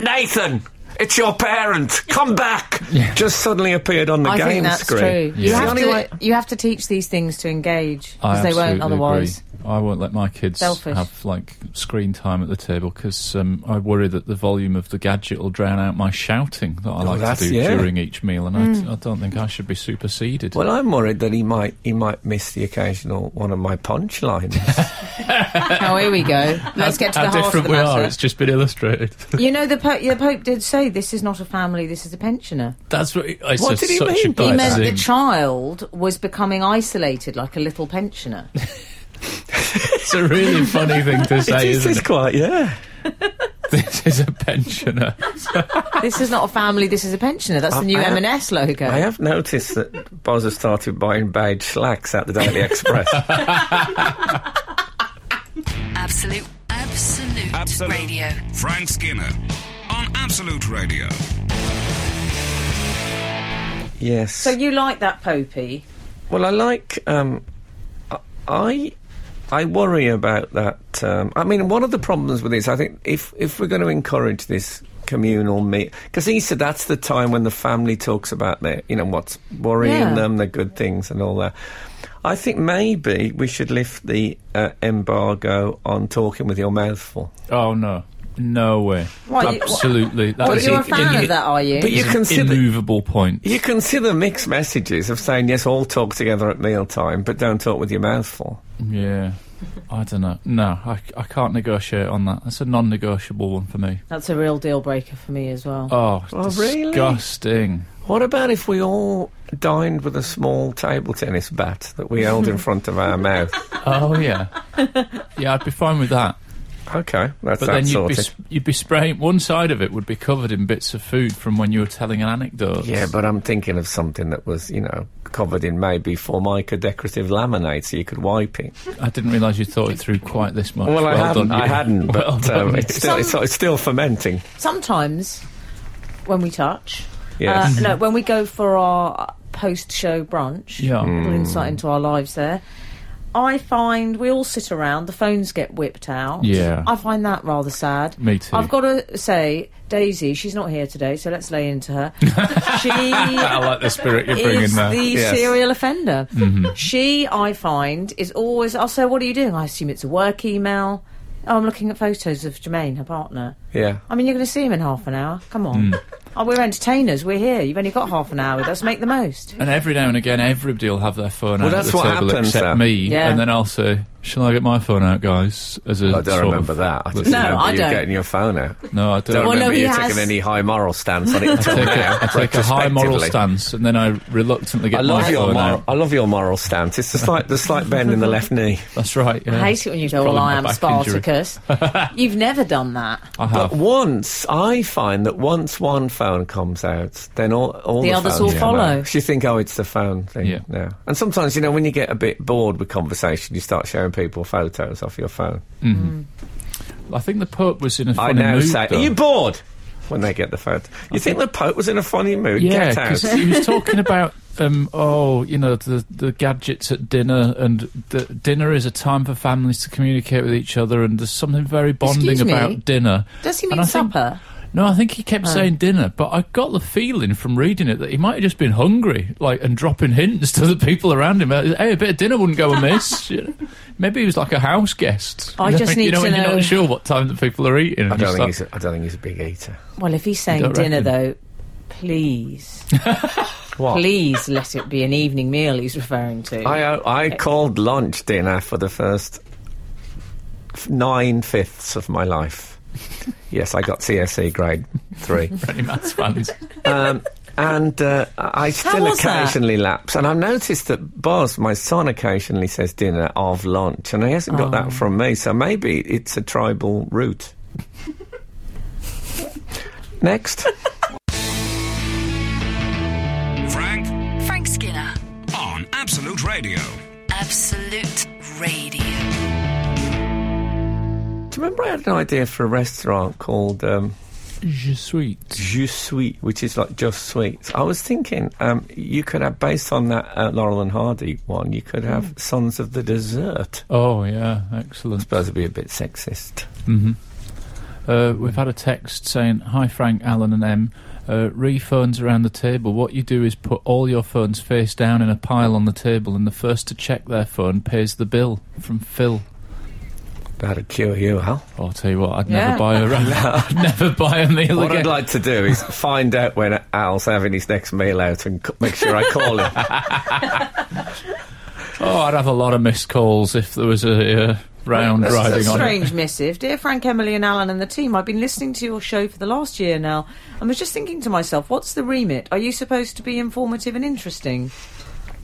Speaker 3: Nathan. It's your parent. Come back. Just suddenly appeared on the
Speaker 4: I
Speaker 3: game
Speaker 4: think that's
Speaker 3: screen.
Speaker 4: true.
Speaker 5: Yeah.
Speaker 4: You,
Speaker 5: It's
Speaker 3: the
Speaker 4: have
Speaker 3: only
Speaker 4: to,
Speaker 3: way-
Speaker 4: you have to teach these things to engage
Speaker 5: I
Speaker 4: because they won't
Speaker 5: absolutely
Speaker 4: otherwise.
Speaker 5: agree. I won't let my kids
Speaker 4: Selfish.
Speaker 5: have like screen time at the table because um, I worry that the volume of the gadget will drown out my shouting that I like
Speaker 3: that's-
Speaker 5: to do
Speaker 3: yeah.
Speaker 5: during each meal,
Speaker 4: Hmm.
Speaker 5: and I, I don't think I should be superseded.
Speaker 3: Well, I'm worried that he might he might miss the occasional one of my punchlines. Uh,
Speaker 4: Oh, here we go. Let's get to the
Speaker 5: How
Speaker 4: heart of
Speaker 5: different
Speaker 4: the
Speaker 5: we are! It's
Speaker 4: matter.
Speaker 5: just been illustrated.
Speaker 4: You know, the Pope, the Pope did say this is not a family, this is a pensioner.
Speaker 5: That's what. It, it's
Speaker 3: What
Speaker 5: just
Speaker 3: did he
Speaker 5: such
Speaker 3: mean?
Speaker 5: a
Speaker 3: He
Speaker 4: He
Speaker 5: bad
Speaker 4: meant the
Speaker 5: thing.
Speaker 4: child was becoming isolated like a little pensioner.
Speaker 5: It's a really funny thing to say,
Speaker 3: This
Speaker 5: isn't
Speaker 3: is
Speaker 5: it?
Speaker 3: quite yeah.
Speaker 5: This is a pensioner.
Speaker 4: this is not a family, this is a pensioner. That's
Speaker 3: I-
Speaker 4: the new
Speaker 3: I have-
Speaker 4: M&S logo.
Speaker 3: I have noticed that Boz has started buying beige slacks at the Daily Express.
Speaker 1: Absolute, absolute,
Speaker 2: Absolute.
Speaker 1: radio.
Speaker 2: Frank Skinner on Absolute Radio.
Speaker 3: yes.
Speaker 4: so you like that Popey?
Speaker 3: well, I like. Um, I- I I worry about that. Um, I mean, one of the problems with this, I think, if if we're going to encourage this communal meet, because he said that's the time when the family talks about their, you know, what's worrying
Speaker 4: Yeah.
Speaker 3: them, the good things, and all that. I think maybe we should lift the uh, embargo on talking with your mouthful.
Speaker 5: Oh no, no way!
Speaker 4: What, you-
Speaker 5: Absolutely. That
Speaker 4: Well,
Speaker 5: is
Speaker 4: you're
Speaker 5: an
Speaker 4: a fan of that, are you?
Speaker 3: But you
Speaker 5: It's an
Speaker 3: consider-
Speaker 5: immovable point.
Speaker 3: You can see the mixed messages of saying, yes, all talk together at mealtime, but don't talk with your mouth full.
Speaker 5: Yeah, I don't know. No, I, I can't negotiate on that. That's a non-negotiable one for me.
Speaker 4: That's a real deal breaker for me as well.
Speaker 5: Oh,
Speaker 3: Oh, really?
Speaker 5: disgusting!
Speaker 3: What about if we all dined with a small table tennis bat that we held in front of our mouth?
Speaker 5: Oh yeah, yeah. I'd be fine with that.
Speaker 3: Okay, that's
Speaker 5: But
Speaker 3: that
Speaker 5: then you'd be
Speaker 3: sorted.
Speaker 5: sp- you'd be spraying one side of it would be covered in bits of food from when you were telling an anecdote.
Speaker 3: yeah, but I'm thinking of something that was, you know, covered in maybe formica decorative laminate so you could wipe it.
Speaker 5: I didn't realise you thought it through quite this much.
Speaker 3: Well, I hadn't,
Speaker 5: done,
Speaker 3: I
Speaker 5: you.
Speaker 3: hadn't, but
Speaker 5: well done,
Speaker 3: um,
Speaker 5: you.
Speaker 3: it's, still, it's, it's still fermenting.
Speaker 4: Sometimes when we touch,
Speaker 3: Yes.
Speaker 4: Uh, no, when we go for our post-show brunch,
Speaker 5: Yeah.
Speaker 4: a little insight into our lives there. I find we all sit around. The phones get whipped out.
Speaker 5: Yeah.
Speaker 4: I find that rather sad.
Speaker 5: Me too.
Speaker 4: I've got to say, Daisy, she's not here today, so let's lay into her.
Speaker 5: I
Speaker 4: she
Speaker 5: like the spirit you're bringing
Speaker 4: is
Speaker 5: there. Mm-hmm.
Speaker 4: the
Speaker 3: Yes.
Speaker 4: serial offender. She, I find, is always. I'll say, "What are you doing?" I assume it's a work email. Oh, I'm looking at photos of Jermaine, her partner.
Speaker 3: Yeah.
Speaker 4: I mean, you're going to see him in half an hour. Come
Speaker 5: Hmm.
Speaker 4: on. Oh, we're entertainers. We're here. You've only got half an hour with us. Make the most.
Speaker 5: And every now and again, everybody will have their phone
Speaker 3: Well,
Speaker 5: out
Speaker 3: that's
Speaker 5: at the
Speaker 3: what
Speaker 5: table
Speaker 3: happens,
Speaker 5: except
Speaker 3: though.
Speaker 5: me,
Speaker 4: Yeah.
Speaker 5: and then I'll say, "Shall I get my phone out, guys?" As a
Speaker 3: I don't
Speaker 5: sort
Speaker 3: remember
Speaker 5: of-
Speaker 3: that. I just
Speaker 4: No,
Speaker 3: remember
Speaker 4: I
Speaker 3: you
Speaker 4: don't.
Speaker 3: getting your phone out.
Speaker 5: No, I
Speaker 3: Don't
Speaker 5: don't.
Speaker 4: Well, no,
Speaker 3: remember
Speaker 4: he
Speaker 3: you
Speaker 4: has-
Speaker 3: taking any high moral stance on it until
Speaker 5: take
Speaker 3: now.
Speaker 5: a, I take a high moral
Speaker 3: retrospectively.
Speaker 5: stance, and then I reluctantly get
Speaker 3: I love
Speaker 5: my
Speaker 3: your
Speaker 5: phone
Speaker 3: moral.
Speaker 5: out.
Speaker 3: I love your moral stance. It's the slight, the slight bend in the left knee.
Speaker 5: That's right. Yeah.
Speaker 4: I hate it when you
Speaker 5: It's
Speaker 4: go, well,
Speaker 5: probably
Speaker 4: I
Speaker 5: my
Speaker 4: am
Speaker 5: back
Speaker 4: Spartacus. You've never done that.
Speaker 5: injury. I
Speaker 3: But
Speaker 5: have.
Speaker 3: once I find that once one phone comes out, then all, all
Speaker 4: The
Speaker 3: the,
Speaker 4: others
Speaker 3: phones
Speaker 4: will
Speaker 3: come
Speaker 4: follow.
Speaker 3: out. You think, oh, it's the phone thing.
Speaker 5: Yeah.
Speaker 3: No. And sometimes, you know, when you get a bit bored with conversation, you start showing people photos off your phone.
Speaker 5: I think the Pope was in a
Speaker 3: I
Speaker 5: funny
Speaker 3: now
Speaker 5: mood.
Speaker 3: say,
Speaker 5: though.
Speaker 3: are you bored? When they get the photo, you think the Pope was in a funny mood?
Speaker 5: yeah,
Speaker 3: get out.
Speaker 5: because he was talking about um, oh, you know, the the gadgets at dinner, and the, dinner is a time for families to communicate with each other, and there's something very bonding
Speaker 4: Excuse me?
Speaker 5: about dinner.
Speaker 4: Does he
Speaker 5: And
Speaker 4: mean
Speaker 5: I think-
Speaker 4: supper? Oh.
Speaker 5: No, I think he kept saying dinner, but I got the feeling from reading it that he might have just been hungry, like, and dropping hints to the people around him. uh, Hey, a bit of dinner wouldn't go amiss. you know? Maybe he was like a house guest.
Speaker 4: I
Speaker 5: you
Speaker 4: just
Speaker 5: know,
Speaker 4: need
Speaker 5: you know,
Speaker 4: to
Speaker 5: when you're
Speaker 4: know-
Speaker 5: not sure what time that people are eating.
Speaker 3: I
Speaker 5: and you
Speaker 3: don't think
Speaker 5: start-
Speaker 3: he's. A, I don't think he's a big eater.
Speaker 4: Well, if he's saying
Speaker 5: don't
Speaker 4: dinner
Speaker 5: reckon?
Speaker 4: though, please,
Speaker 3: What?
Speaker 4: please let it be an evening meal. He's referring to.
Speaker 3: I uh, I called lunch dinner for the first f- nine fifths of my life. yes, I got CSE grade three,
Speaker 5: Any maths fans?
Speaker 3: um, and uh, I still
Speaker 4: was that?
Speaker 3: occasionally lapse. And I've noticed that Boz, my son, occasionally says dinner of lunch, and he hasn't got
Speaker 4: Oh.
Speaker 3: that from me. So maybe it's a tribal root. Next.
Speaker 2: Frank
Speaker 1: Frank Skinner.
Speaker 2: on Absolute Radio.
Speaker 1: Absolute Radio.
Speaker 3: Do you remember I had an idea for a restaurant called um,
Speaker 5: Je sweet.
Speaker 3: Jus Sweet, which is like just sweets? I was thinking um, you could have, based on that uh, Laurel and Hardy one, you could have
Speaker 4: Mm.
Speaker 3: Sons of the Dessert.
Speaker 5: Oh, yeah, excellent.
Speaker 3: Supposed to be a bit sexist.
Speaker 5: Uh, we've had a text saying, "Hi Frank, Alan, and Em. Uh, re phones around the table. What you do is put all your phones face down in a pile on the table, and the first to check their phone pays the bill." From Phil.
Speaker 3: That'll cure you, Al.
Speaker 5: Oh, I'll tell you what, I'd
Speaker 4: Yeah.
Speaker 5: never buy a I'd never buy a meal
Speaker 3: What
Speaker 5: again.
Speaker 3: I'd like to do is find out when Al's having his next meal out and c- make sure I call him.
Speaker 5: oh, I'd have a lot of missed calls if there was a uh, round
Speaker 3: That's-
Speaker 5: riding
Speaker 3: that's
Speaker 5: on it.
Speaker 4: Strange missive. Dear Frank, Emily, and Alan and the team, I've been listening to your show for the last year now and was just thinking to myself, what's the remit? Are you supposed to be informative and interesting?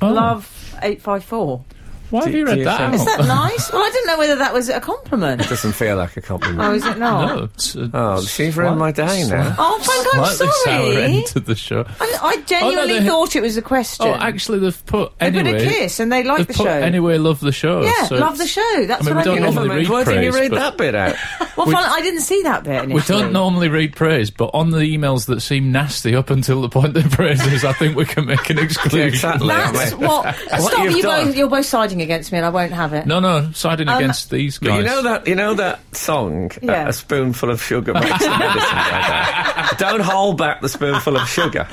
Speaker 5: Oh,
Speaker 4: Love 854.
Speaker 5: Why have
Speaker 3: Do-
Speaker 5: you
Speaker 3: do
Speaker 5: read
Speaker 3: you
Speaker 5: that?
Speaker 3: think-
Speaker 5: out?
Speaker 4: Is that nice? Well, I didn't know whether that was a compliment.
Speaker 3: Doesn't feel like a compliment.
Speaker 4: Oh, is it not?
Speaker 5: no, it's a
Speaker 3: Oh, she's ruined
Speaker 5: slight-
Speaker 3: my day now.
Speaker 4: Oh, Frank, I'm
Speaker 5: Slightly sour
Speaker 4: sorry.
Speaker 5: end to the show.
Speaker 4: I, I genuinely
Speaker 5: Oh, no, they-
Speaker 4: thought it was a question.
Speaker 5: Oh, actually, they've put
Speaker 4: they
Speaker 5: anyway.
Speaker 4: put a kiss and they like
Speaker 5: they've
Speaker 4: the
Speaker 5: put
Speaker 4: show.
Speaker 5: anyway, love the show.
Speaker 4: yeah,
Speaker 5: so
Speaker 4: love the
Speaker 5: it's-
Speaker 4: show. That's
Speaker 5: I
Speaker 4: what
Speaker 5: mean, we
Speaker 4: I
Speaker 5: don't
Speaker 4: mean.
Speaker 5: normally read
Speaker 3: Why didn't you
Speaker 5: praise,
Speaker 3: read
Speaker 5: but-
Speaker 3: that bit out?
Speaker 4: Well,
Speaker 5: we-
Speaker 4: Frank, I didn't see that bit initially.
Speaker 5: We don't normally read praise, but on the emails that seem nasty up until the point that praise is, I think we can make an exclusion.
Speaker 3: Yeah, exactly.
Speaker 4: That's
Speaker 3: I mean-
Speaker 4: what. Stop!
Speaker 3: you've
Speaker 4: You
Speaker 3: done.
Speaker 4: both, you're both siding against me, and I won't have it.
Speaker 5: No, no, siding
Speaker 4: Um,
Speaker 5: against these
Speaker 3: But
Speaker 5: guys.
Speaker 3: You know that you know that song, uh,
Speaker 4: Yeah.
Speaker 3: a spoonful of sugar makes the medicine better. Don't hold back the spoonful of sugar.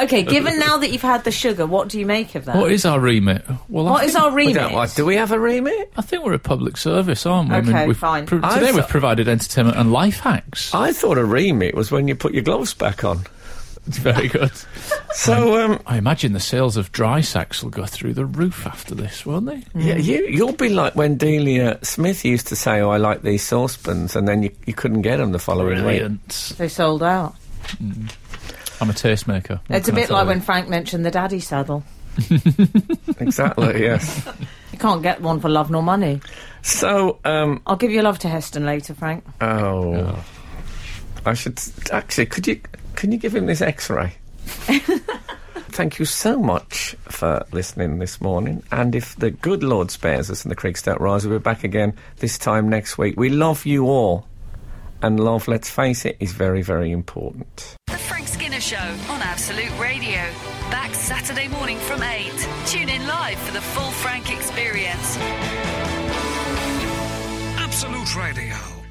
Speaker 4: Okay, given now that you've had the sugar, what do you make of that?
Speaker 5: What is our remit? Well, I
Speaker 4: What
Speaker 5: think,
Speaker 4: is our
Speaker 3: We
Speaker 4: remit?
Speaker 3: don't like. Do we have a remit?
Speaker 5: I think we're a public service, aren't we? I mean,
Speaker 4: Okay,
Speaker 5: we've
Speaker 4: fine.
Speaker 5: pro-
Speaker 3: I
Speaker 5: today
Speaker 3: thought-
Speaker 5: we've provided entertainment and life hacks.
Speaker 3: I thought a remit was when you put your gloves back on.
Speaker 5: It's very good.
Speaker 3: So um,
Speaker 5: I imagine the sales of dry sacks will go through the roof after this, won't they?
Speaker 3: yeah, you you'll be like when Delia Smith used to say, "Oh, I like these saucepans," and then you, you couldn't get them the following week.
Speaker 5: Brilliant.
Speaker 4: They sold out.
Speaker 5: I'm a tastemaker. What
Speaker 4: It's a
Speaker 5: can I
Speaker 4: bit
Speaker 5: tell
Speaker 4: like
Speaker 5: you?
Speaker 4: when Frank mentioned the daddy saddle.
Speaker 3: Exactly. Yes.
Speaker 4: You can't get one for love nor money.
Speaker 3: So um,
Speaker 4: I'll give you love to Heston later, Frank.
Speaker 3: oh, I should s- actually. Could you can you give him this X-ray? Thank you so much for listening this morning. And if the good Lord spares us and the creek stout rise, we'll be back again this time next week. We love you all. And love, let's face it, is very, very important.
Speaker 1: The Frank Skinner Show on Absolute Radio. Back Saturday morning from 8. Tune in live for the full Frank experience.
Speaker 2: Absolute Radio.